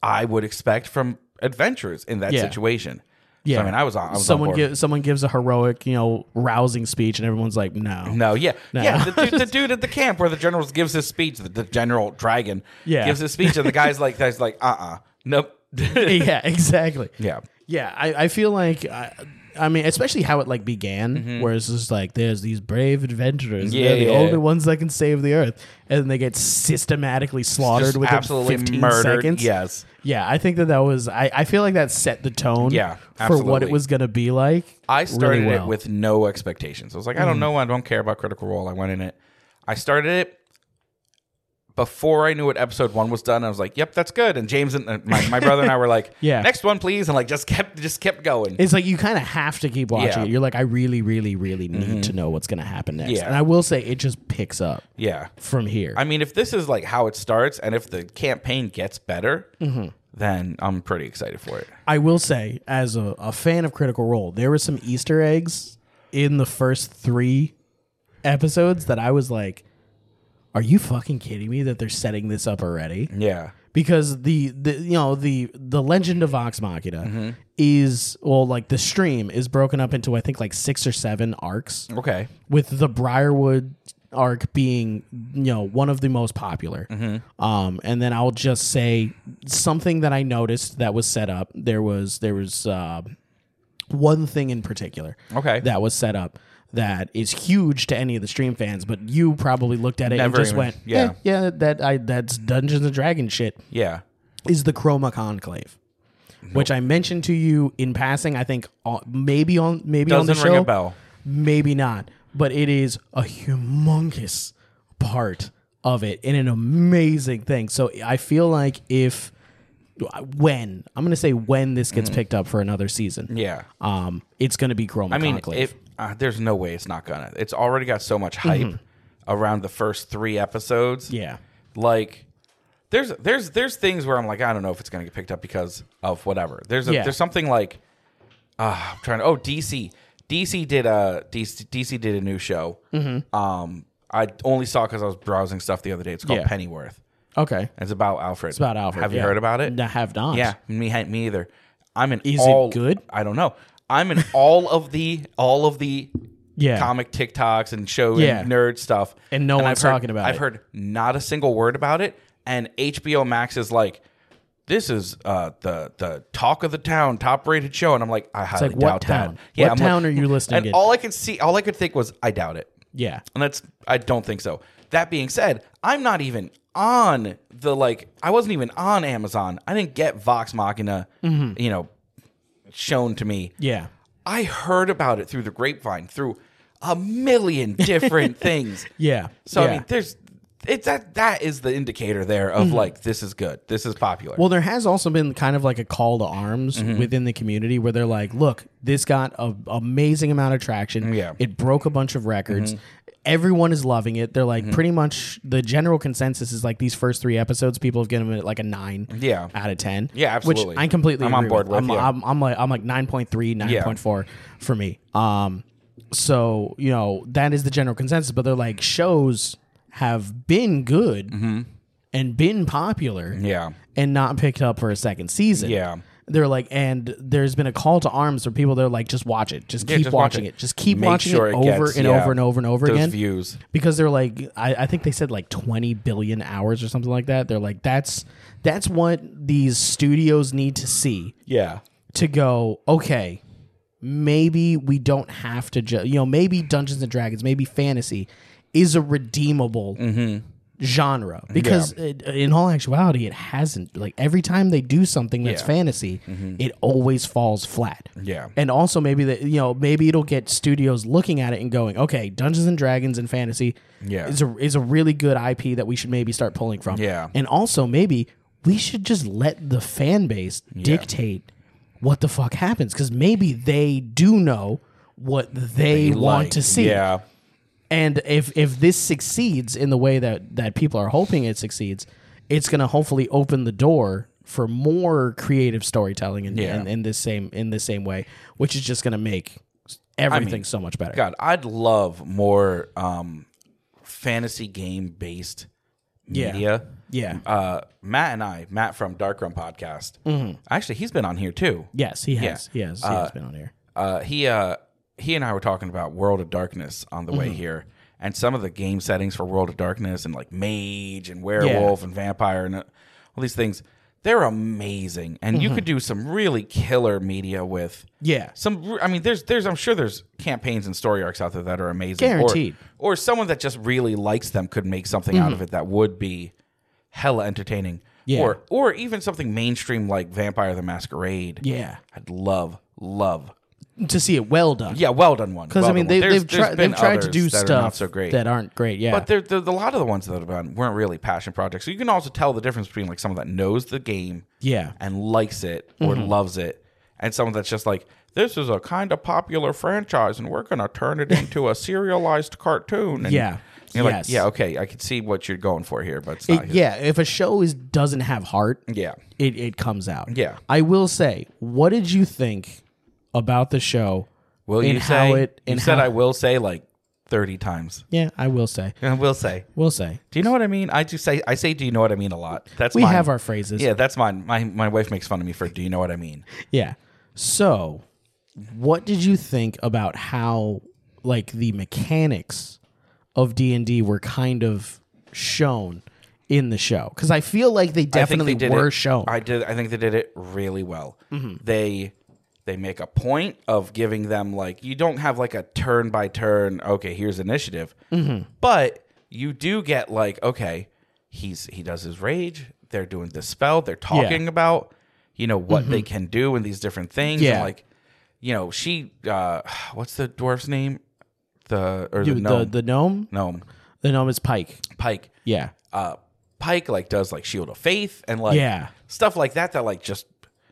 I would expect from adventurers in that
Yeah.
situation.
Yeah.
so, I mean, I was on. I was
someone
on board.
gives someone gives a heroic, you know, rousing speech, and everyone's like, "No,
No, yeah, yeah. The
[laughs]
dude, the dude at the camp where the general gives his speech, the, the general dragon
Yeah.
gives his speech, and the guy's like, "That's like, uh, uh nope."
[laughs] [laughs] yeah, exactly."
yeah,
Yeah, I, I feel like I, I mean, especially how it like began, where it's just like there's these brave adventurers, yeah,
Mm-hmm. Yeah,
they're the
yeah.
only ones that can save the earth, and then they get systematically slaughtered
Just
within
absolutely
15
murdered,
seconds.
yes.
yeah, I think that that was I, I feel like that set the tone,
Yeah,
for what
absolutely.
it was gonna be like.
I
really
started
well. Mm.
it with no expectations. I was like, I don't know, I don't care about Critical Role. I went in it. I started it before I knew what episode one was done. I was like, "Yep, that's good." And James and uh, my, my brother and I were like,
[laughs] Yeah.
next one, please," and like just kept just kept going.
It's like you kind of have to keep watching
Yeah. Mm-hmm.
it. You're like, I really, really, really need to know what's gonna happen next.
Yeah.
And I will say, it just picks up
yeah,
from here.
I mean, if this is like how it starts, and if the campaign gets better, then I'm pretty excited for it.
I will say, as a, a fan of Critical Role, there were some Easter eggs in the first three episodes that I was like, "Are you fucking kidding me that they're setting this up already?"
Yeah.
Because the, the you know the the Legend of Vox Machina is well like the stream is broken up into I think like six or seven arcs
Okay.
with the Briarwood arc being you know one of the most popular
Mm-hmm.
um and then i'll just say something that i noticed that was set up there was there was uh one thing in particular
Okay.
that was set up that is huge to any of the stream fans but you probably looked at it and
Never
just
even-
went
yeah.
yeah yeah that i that's dungeons and dragons shit
Yeah.
is the chroma conclave which i mentioned to you in passing i think uh, maybe on maybe on the
Doesn't
show
ring a bell.
maybe not but it is a humongous part of it in an amazing thing. So I feel like if when I'm going to say when this gets picked up for another season,
Mm-hmm. Yeah.
um, it's going to be Chroma
I mean,
Conclave.
if uh, there's no way it's not gonna. It's already got so much hype around the first three episodes.
Mm-hmm. yeah,
like there's there's there's things where I'm like I don't know if it's gonna get picked up because of whatever. There's a,
Yeah.
there's something like uh, I'm trying to oh DC DC did uh, a DC, DC did a new show.
Mm-hmm.
Um, I only saw because I was browsing stuff the other day. It's called
Yeah.
Pennyworth.
okay,
It's about Alfred. It's
about Alfred.
Have
yeah.
you heard about it?
I have not.
Yeah, me me either. I'm an
Is it
all
good?
I don't know. I'm in all of the all of the
yeah,
comic TikToks and show
Yeah.
and nerd stuff.
And no one's
I've heard-
talking about
I've
it.
heard not a single word about it. And HBO Max is like, this is uh, the the talk of the town, top rated show. And I'm like, I highly
like, what
doubt
town?
that. Yeah,
What
I'm
town are you listening
And
in?
all I could see, all I could think was, I doubt it.
yeah.
And that's I don't think so. That being said, I'm not even on the like I wasn't even on Amazon. I didn't get Vox Machina, you know, shown to me.
Mm-hmm. Yeah.
I heard about it through the grapevine, through a million
[laughs]
different things.
Yeah.
So
yeah.
I mean, there's it's that that is the indicator there of like this is good, this is popular.
Mm-hmm. Well, there has also been kind of like a call to arms
Mm-hmm.
within the community where they're like, look, this got an amazing amount of traction.
Mm, Yeah. Mm-hmm.
It broke a bunch of records. Everyone is loving it. They're like, pretty much the general consensus is like these first three episodes, people have given it like a nine
Yeah.
out of 10.
Yeah, absolutely.
Which I completely
I'm on
agree
board with,
I'm,
yeah.
I'm, I'm like, I'm like 9.3, 9.4 for me. Um, so, you know, that is the general consensus, but they're like, shows have been good and been popular
Mm-hmm. yeah,
and not picked up for a second season.
Yeah.
They're like, and there's been a call to arms for people. They're like, just watch it, just
Yeah,
keep
just watch
watching
it.
it. just keep
Make
watching
sure
it,
it
over
gets-
and
yeah,
over and over and over
those
again.
views.
because they're like, I, I think they said like 20 billion hours or something like that. They're like, that's that's what these studios need to see
yeah,
to go, okay, maybe we don't have to just, you know, maybe Dungeons and Dragons, maybe fantasy is a redeemable
Mm-hmm.
genre because it, in all actuality, it hasn't. Like every time they do something that's
Yeah. Mm-hmm.
fantasy, it always falls flat.
Yeah.
And also maybe that, you know, maybe it'll get studios looking at it and going, okay, Dungeons and Dragons and fantasy
Yeah.
is a, is a really good IP that we should maybe start pulling from.
Yeah.
And also maybe we should just let the fan base dictate what the fuck happens because maybe they do know what they, want
Like,
to see.
Yeah,
And if if this succeeds in the way that that people are hoping it succeeds, it's going to hopefully open the door for more creative storytelling in,
Yeah.
in, in this same in the same way, which is just going to make everything so much better.
God, I'd love more um fantasy game based
Yeah.
media.
Yeah.
Uh, Matt and I, Matt from Dark Room Podcast. Actually, he's been on here too.
Yes, he has.
Yeah.
He has. He has been on here.
uh, he uh, he and I were talking about World of Darkness on the
Mm-hmm.
way here, and some of the game settings for World of Darkness and like mage and werewolf and vampire and uh, all these things. They're amazing, and you could do some really killer media with.
Mm-hmm. Yeah.
some. r- I mean, there's there's I'm sure there's campaigns and story arcs out there that are amazing, Or-
Guaranteed. Mm-hmm.
Or, someone that just really likes them could make something out of it that would be hella entertaining.
Yeah.
Or or even something mainstream like Vampire the Masquerade.
Yeah.
I'd love love
To see it well done.
yeah, well done one.
Because
well
I mean, they,
done one. There's-
they've,
there's
tried
been
they've tried to
others
do
that are
stuff
not so great.
that aren't great. Yeah,
but there, there, a lot of the ones that have been weren't really passion projects. So you can also tell the difference between like someone that knows the game,
Yeah. Mm-hmm.
and likes it or loves it, and someone that's just like this is a kind of popular franchise, and we're going to
[laughs]
turn it into a serialized cartoon. And
Yeah.
you're
Yes.
like, yeah, okay, I can see what you're going for here, but it's
It-
not here.
yeah. If a show is doesn't have heart,
yeah,
it it comes out.
Yeah.
I will say, what did you think about the show?
Will
and
you
how
say?
it?
you
and
said
how-
I will say like thirty times. [laughs]
Yeah, I will say.
I will say.
We'll say.
Do you know what I mean? I do say I say do you know what I mean a lot. That's
We
mine.
have our phrases.
Yeah, that's mine. My my wife makes fun of me for do you know what I mean?
Yeah. So, what did you think about how like the mechanics of D&D were kind of shown in the show? Cuz I feel like they definitely
I think they did
were
it,
shown. Mm-hmm.
I did I think they did it really well. They they make a point of giving them like you don't have like a turn by turn, okay, here's initiative.
Mm-hmm.
But you do get like, okay, he's he does his rage, they're doing this spell, they're talking about, you know, what they can do and these different things. and,
Mm-hmm. Yeah.
like, you know, she uh what's the dwarf's name? The or
Dude,
the gnome.
the the gnome?
gnome.
The name is Pike.
Pike.
Yeah.
Uh, Pike like does like Shield of Faith and like
Yeah. Mm-hmm.
stuff like that that like just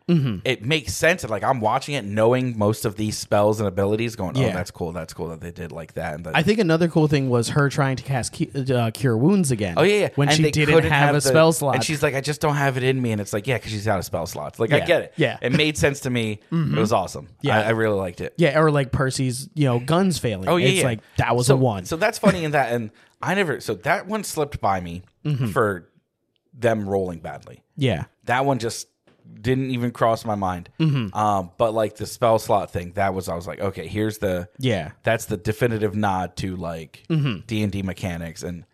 it makes sense and like I'm watching it knowing most of these spells and abilities going oh
Yeah.
that's cool that's cool that they did like that and that,
I think another cool thing was her trying to cast cu- uh, Cure Wounds again.
oh yeah, yeah.
when
And
she
they
didn't
couldn't
have, a
the-
spell slot.
and she's like I just don't have it in me and it's like yeah because she's out of spell slots like I
Yeah.
get it
Yeah. Mm-hmm.
it made sense to me it was awesome
Yeah.
I, I really liked it
yeah, or like Percy's, you know, guns failing.
Oh yeah,
it's
yeah.
like that was
so,
a one.
So that's funny
[laughs]
in that, and I never. So that one slipped by me
Mm-hmm.
for them rolling badly.
yeah,
That one just didn't even cross my mind.
Mm-hmm.
Um, but like the spell slot thing, that was I was like, okay, here's the
yeah, Mm-hmm.
that's the definitive nod to like D and D mechanics and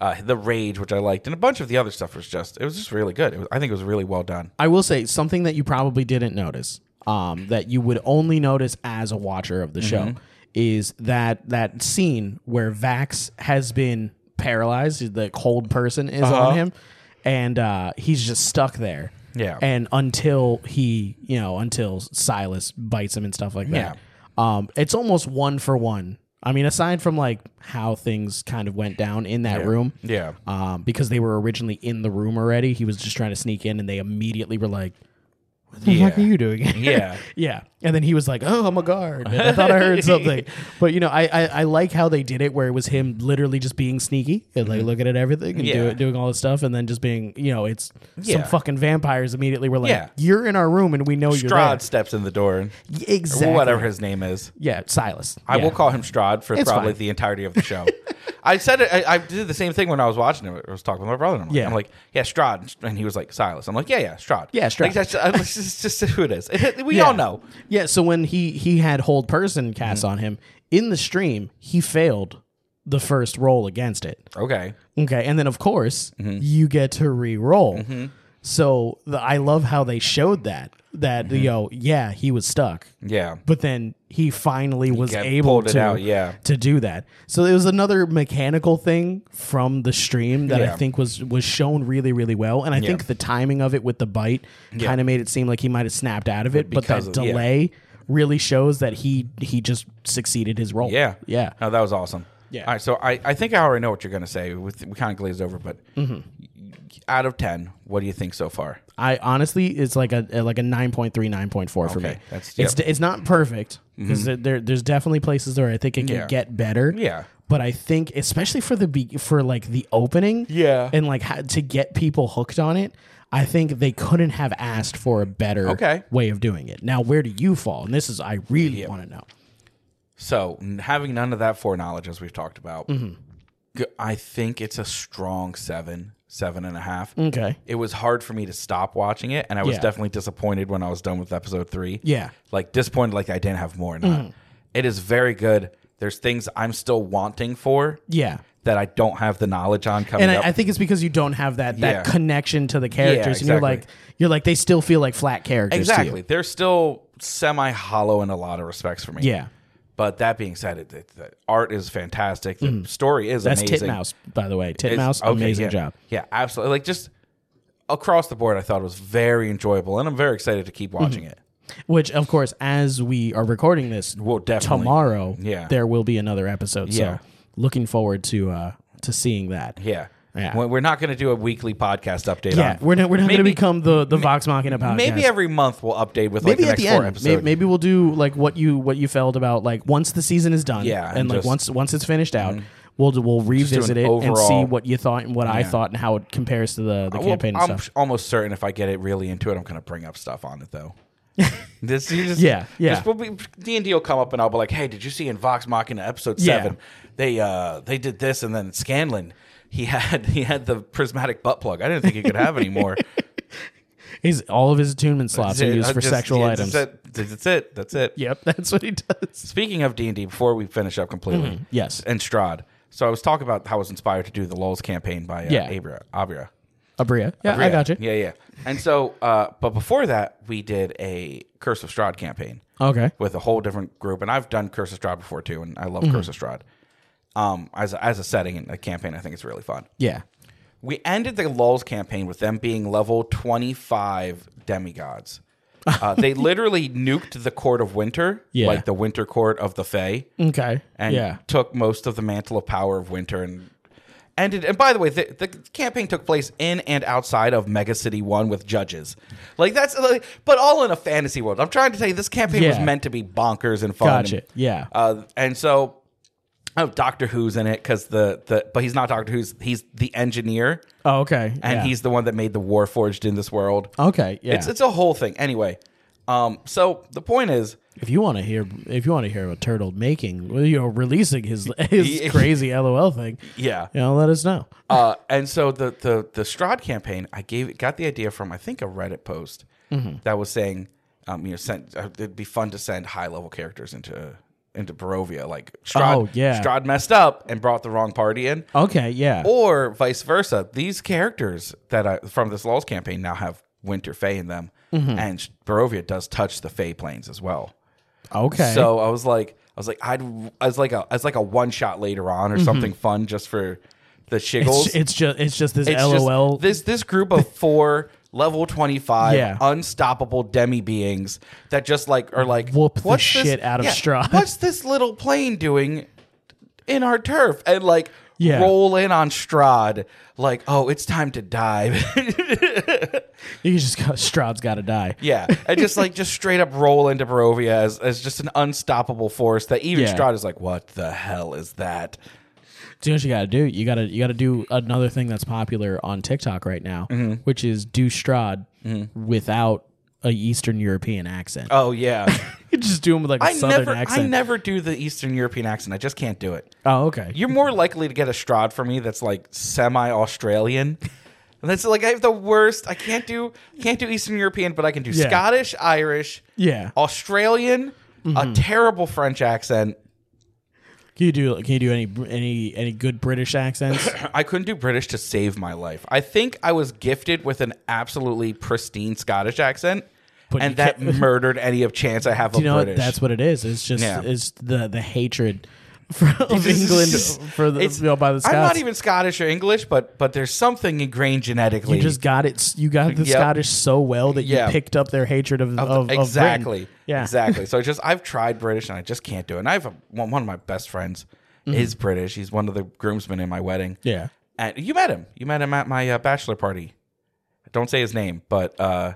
uh, the rage, which I liked, and a bunch of the other stuff was just it was just really good. It was, I think it was really well done.
I will say something that you probably didn't notice, um, that you would only notice as a watcher of the
Mm-hmm.
show, is that that scene where Vax has been paralyzed, the cold person is
Uh-huh.
on him, and uh, he's just stuck there.
Yeah.
and until he, you know, until Silas bites him and stuff like that. Um, it's almost one for one. I mean, aside from like how things kind of went down in that room,
Yeah.
um, because they were originally in the room already. He was just trying to sneak in, and they immediately were like, "What the fuck
Yeah.
are you [laughs] doing?" here?"
Yeah.
yeah. And then he was like, "Oh, I'm a guard. And I thought I heard something." But you know, I, I I like how they did it, where it was him literally just being sneaky and like looking at everything and
Yeah.
do, doing all this stuff, and then just being, you know, it's some
Yeah.
fucking vampires immediately were like,
Yeah.
"You're in our room, and we know you're there."
Strahd steps in the door and
Exactly.
whatever his name is.
Yeah, Silas.
I
Yeah.
will call him Strahd for
It's
probably
fine.
the entirety of
[laughs]
the show. I said it. I, I did the same thing when I was watching it. I was talking with my brother. And I'm like,
Yeah.
I'm like, yeah, Strahd, and he was like Silas. I'm like, yeah, yeah, Strahd.
Yeah, Strahd.
Like, that's, I- it's just, it's just who it is. we
Yeah.
all know.
Yeah, so when he he had hold person cast on him in the stream, he failed the first roll against it.
Okay.
Okay, and then of course you get to re-roll. So the, I love how they showed that that you know yeah he was stuck,
Yeah.
but then he finally was
got-
able
pulled it
to
out, yeah.
to do that. So it was another mechanical thing from the stream that I
Yeah.
think was was shown really really well, and I think the timing of it with the bite kind of made it seem like he might have snapped out of it, but
Because
that
of- yeah.
delay really shows that he he just succeeded his role.
Yeah.
yeah,
No, that was awesome.
Yeah.
All right. So I, I think I already know what you're gonna say. We, we kind of glazed over, but
Mm-hmm.
out of ten, what do you think so far?
I honestly, it's like a like a 9.3, 9.4 for me.
Okay, that's-
it's
yep. Mm-hmm.
it's not perfect because there there's definitely places where I think it can
Yeah.
get better.
Yeah.
but I think especially for the be- for like the opening.
Yeah.
and like how, to get people hooked on it, I think they couldn't have asked for a better
Okay.
way of doing it. Now, where do you fall? And this is I really want to know.
So n- having none of that foreknowledge, as we've talked about,
Mm-hmm.
g- I think it's a strong seven, seven and a half.
Okay.
It was hard for me to stop watching it, and I was
Yeah.
definitely disappointed when I was done with episode three.
Yeah. Mm-hmm.
like disappointed, like I didn't have more. Or not. It is very good. There's things I'm still wanting for
Yeah.
that I don't have the knowledge on coming
And
up.
I, I think it's because you don't have that, that
Yeah.
connection to the characters, and you're
exactly.
like you're like they still feel like flat characters. to you.
exactly, they're still semi hollow in a lot of respects for me.
Yeah.
But that being said, it, it, the art is fantastic. The story is
Mm-hmm. That's
amazing.
Titmouse, by the way.
It's-
Titmouse,
okay,
amazing
yeah.
job.
Yeah, absolutely. Like just across the board, I thought it was very enjoyable, and I'm very excited to
Mm-hmm.
keep watching it.
Which, of course, as we are recording this,
Well, definitely.
tomorrow,
Yeah.
there will be another episode.
Yeah.
So, looking forward to uh, to seeing that.
Yeah,
Yeah.
We- We're not going to do a weekly podcast update.
yeah.
on.
We're not, we're not going to
Maybe-
become the the Vox Machina podcast.
Maybe every month we'll update with like
Maybe
the
at
next
the
four
end,
episodes.
may- maybe, we'll do like what you what you felt about like once the season is done,
Yeah,
and,
and
like
just- Mm-hmm.
once once it's finished out, we'll do- we'll revisit it and see
overall-
what you thought and what I
Yeah. Uh,
thought and how it compares to the the
Well,
campaign and
I'm
stuff.
sh- almost certain if I get it really into it, I'm going to bring up stuff on it
[laughs]
though. this you just,
Yeah, yeah.
Just, we'll be, D and D will come up and I'll be like, "Hey, did you see in Vox Machina episode
Yeah.
seven? They uh they did this, and then Scanlan he had [laughs] he had the prismatic butt plug. I didn't think he could
[laughs]
have anymore.
He's all of his attunement slots
That's
are
it.
used
I
for
just-
sexual
yeah,
items.
That's it. That's it. That's it.
Yep, [laughs] that's what he does.
Speaking of D and D, before we finish up completely,
Mm-hmm. Yes.
and Strahd. So I was talking about how I was inspired to do the Lulz campaign by uh,
Yeah.
Abra, Abra.
Abria. Yeah, I
Abria.
got you.
Yeah, yeah. And so, uh, but before that, we did a Curse of Strahd campaign
Okay.
with a whole different group, and I've done Curse of Strahd before too, and I love
Mm-hmm.
Curse of Strahd. Um, as a, as a setting and a campaign, I think it's really fun.
Yeah.
We ended the Lulz campaign with them being level 25
[laughs]
demigods. Uh, they literally nuked the Court of Winter,
Yeah.
like the Winter Court of the Fae,
Okay.
and
yeah.
took most of the mantle of power of Winter. And ended. And by the way, the, the campaign took place in and outside of Mega City One with judges. Like that's, like, but all in a fantasy world. I'm trying to tell you, this campaign was
Yeah.
meant to be bonkers and fun.
Gotcha. Yeah.
Uh, and so, oh, Doctor Who's in it because the the but he's not Doctor Who's. He's the engineer,
Oh, okay.
and
yeah.
he's the one that made the war forged in this world.
okay. Yeah.
It's it's a whole thing. Anyway, um, so the point is.
if you want to hear, if you want to hear about Turtle making, well, you know, releasing
[laughs]
his
Yeah.
his crazy LOL thing,
Yeah.
you know, let us know.
Uh, and so the the the Strahd campaign, I gave got the idea from I think a Reddit post
Mm-hmm.
that was saying, um, you know, send uh, it'd be fun to send high level characters into into Barovia, like Strahd,
Oh, yeah. Oh.
Strahd messed up and brought the wrong party in,
Okay. Yeah.
or vice versa. These characters that I from this Lulz campaign now have Winter Fey in them,
Mm-hmm.
and Barovia does touch the Fey planes as well.
Okay.
Oh, So I was like, I was like, I'd as like a as like a one shot later on or something fun just for the shiggles.
Mm-hmm. it's, it's just it's just this
It's just
LOL.
this this group of four level twenty five
Yeah.
unstoppable demi beings that just like are like
Whoop the
what's this-
shit out of [laughs] Strahd."
What's this little plane doing in our turf? And like
Yeah.
roll in on Strahd, like oh it's time to dive. [laughs]
you just got, [laughs] Stroud's got to die.
yeah, and just like just straight up roll into Barovia as as just an unstoppable force that even
Yeah.
Strahd is like what the hell is that?
Do you know what you gotta do? You gotta you gotta do another thing that's popular on TikTok right now,
Mm-hmm.
which is do Strahd without a Eastern European accent. [laughs]
Oh yeah.
You just do him with like a
I
Southern
never,
accent.
I never do the Eastern European accent. I just can't do it.
oh, okay.
You're more likely to get a Strahd from me that's like semi Australian. And that's like I have the worst. I can't do can't do Eastern European, but I can do
Yeah.
Scottish, Irish,
yeah.
Australian, a terrible French accent. [clears throat]
Can you do can you do any any any good British accents?
[laughs] I couldn't do British to save my life. I think I was gifted with an absolutely pristine Scottish accent,
But
and
you [laughs]
that
can't-
murdered any of chance I have
do
of
you know
British.
what? That's what it is. It's just
Yeah.
it's the the
[laughs]
hatred [laughs] for, of England for the you know, by the Scots.
I'm not even Scottish or English, but but there's something ingrained genetically.
you just got it. s- You got the
Yep.
Scottish so well that
Yeah.
you picked up their hatred of, of,
of the-
of Britain.
exactly
yeah.
exactly so just i've tried british and i just can't do it and i have a, one, one of my best friends is british he's one of the groomsmen in my wedding
Mm-hmm. Yeah.
and you met him you met him at my uh, bachelor party don't say his name but uh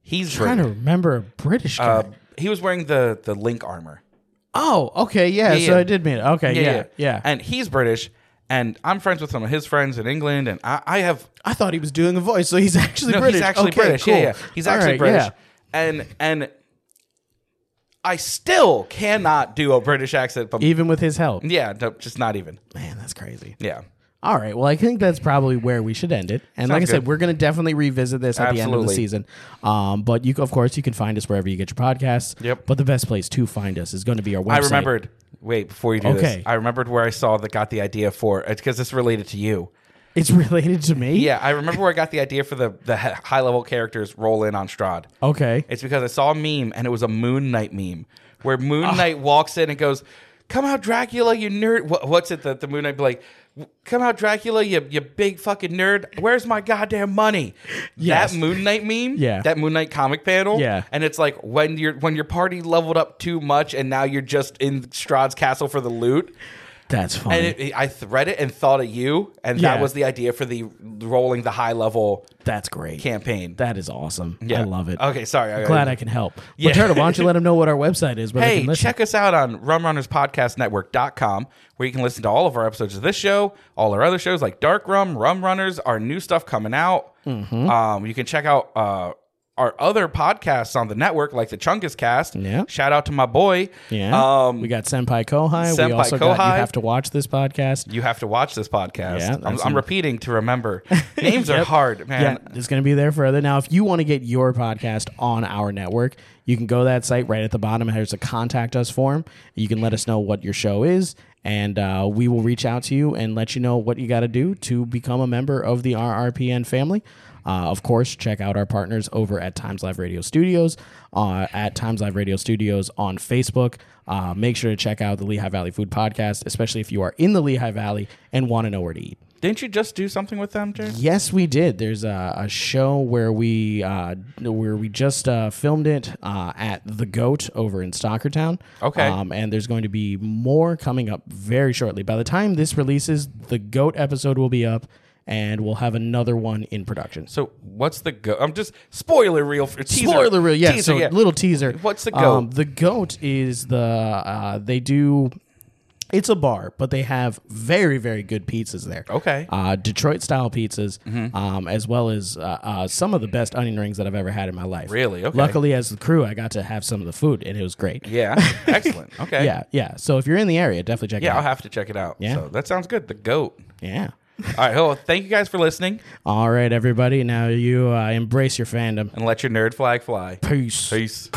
he's
trying to
British.
remember a British guy.
uh, he was wearing the the link armor
oh, okay, yeah.
yeah,
so
yeah.
I did mean it. Okay, yeah, yeah.
and he's british and i'm friends with some of his friends in england and i, I have
I thought he was doing a voice, so he's [laughs] actually
no,
British.
he's actually
Okay,
British. Yeah,
cool.
yeah. He's
All
actually
right,
British.
yeah.
And and I still cannot do a British accent, but
Even with his help,
yeah, no, just not even.
man, that's crazy.
Mm. Yeah.
All right, well, I think that's probably where we should end it. And like I
good.
said, we're going to definitely revisit this at the end of the
Absolutely.
season. Um, but you, of course, you can find us wherever you get your podcasts.
Yep.
But the best place to find us is going to be our website.
I remembered. Wait, before you do this,
Okay.
I remembered where I saw that got the idea for because it's related to you.
It's [laughs] related to me.
Yeah, I remember where I got the idea for the the high level characters roll in on Strahd.
Okay.
It's because I saw a meme and it was a Moon Knight meme where Moon
Ah.
Knight walks in and goes, "Come out, Dracula, you nerd!" What, what's it that the Moon Knight be like? "Come out, Dracula, you you big fucking nerd! Where's my goddamn money?"
Yes.
That Moon Knight meme,
Yeah.
That Moon Knight comic panel,
Yeah.
And it's like when your when your party leveled up too much and now you're just in Strahd's castle for the loot.
That's funny.
And it, I read it and thought of you, and that
Yeah.
was the idea for the rolling the high level
that's great.
campaign.
That is awesome.
Yeah.
I love it.
Okay, sorry. I-
Glad I can help.
Yeah.
But Turtle, why
[laughs]
don't you let them know what our website is? Where they
Hey,
can listen?
check us out on rumrunnerspodcastnetwork.com where you can listen to all of our episodes of this show, all our other shows like Dark Rum, Rum Runners, our new stuff coming out.
Mm-hmm.
Um, you can check out uh, our other podcasts on the network like the Chungus Cast.
Yeah.
Shout out to my boy.
Yeah.
Um,
we got Senpai Kohai.
Senpai
we also got
Kohai.
You Have to Watch This Podcast.
you have to watch this podcast.
Yeah,
I'm,
that's
I'm
a-
repeating to remember.
[laughs]
Names are hard, man.
Yeah, it's going to be there forever. Now, if you want to get your podcast on our network, you can go to that site right at the bottom. There's a contact us form. You can let us know what your show is, and uh, we will reach out to you and let you know what you got to do to become a member of the RRPN family. Uh, of course, check out our partners over at Times Live Radio Studios, uh, at Times Live Radio Studios on Facebook. Uh, make sure to check out the Lehigh Valley Food Podcast, especially if you are in the Lehigh Valley and want to know where to eat.
Didn't you just do something with them, Jared?
Yes, we did. There's a, a show where we uh, where we just uh, filmed it uh, at the Goat over in Stockertown.
Okay.
Um, and there's going to be more coming up very shortly. By the time this releases, the Goat episode will be up, and we'll have another one in production.
So what's the go? I'm just spoiler reel for teaser.
Spoiler reel, yeah.
Teaser,
so little teaser. Um,
What's the goat?
the goat is the uh, they do. It's a bar, but they have very very good pizzas there.
Okay. Mm-hmm.
uh, Detroit style pizzas, um, as well as uh, uh, some of the best onion rings that I've ever had in my life.
Really? Okay.
Luckily, as the crew, I got to have some of the food, and it was great.
Yeah.
[laughs]
Excellent. Okay.
yeah, yeah. So if you're in the area, definitely check
Yeah,
it out.
I'll have to check it out.
Yeah.
So that sounds good. The goat.
yeah.
All right. Well, thank you guys for listening
All right, everybody. Now you uh, embrace your fandom.
and let your nerd flag fly. Peace.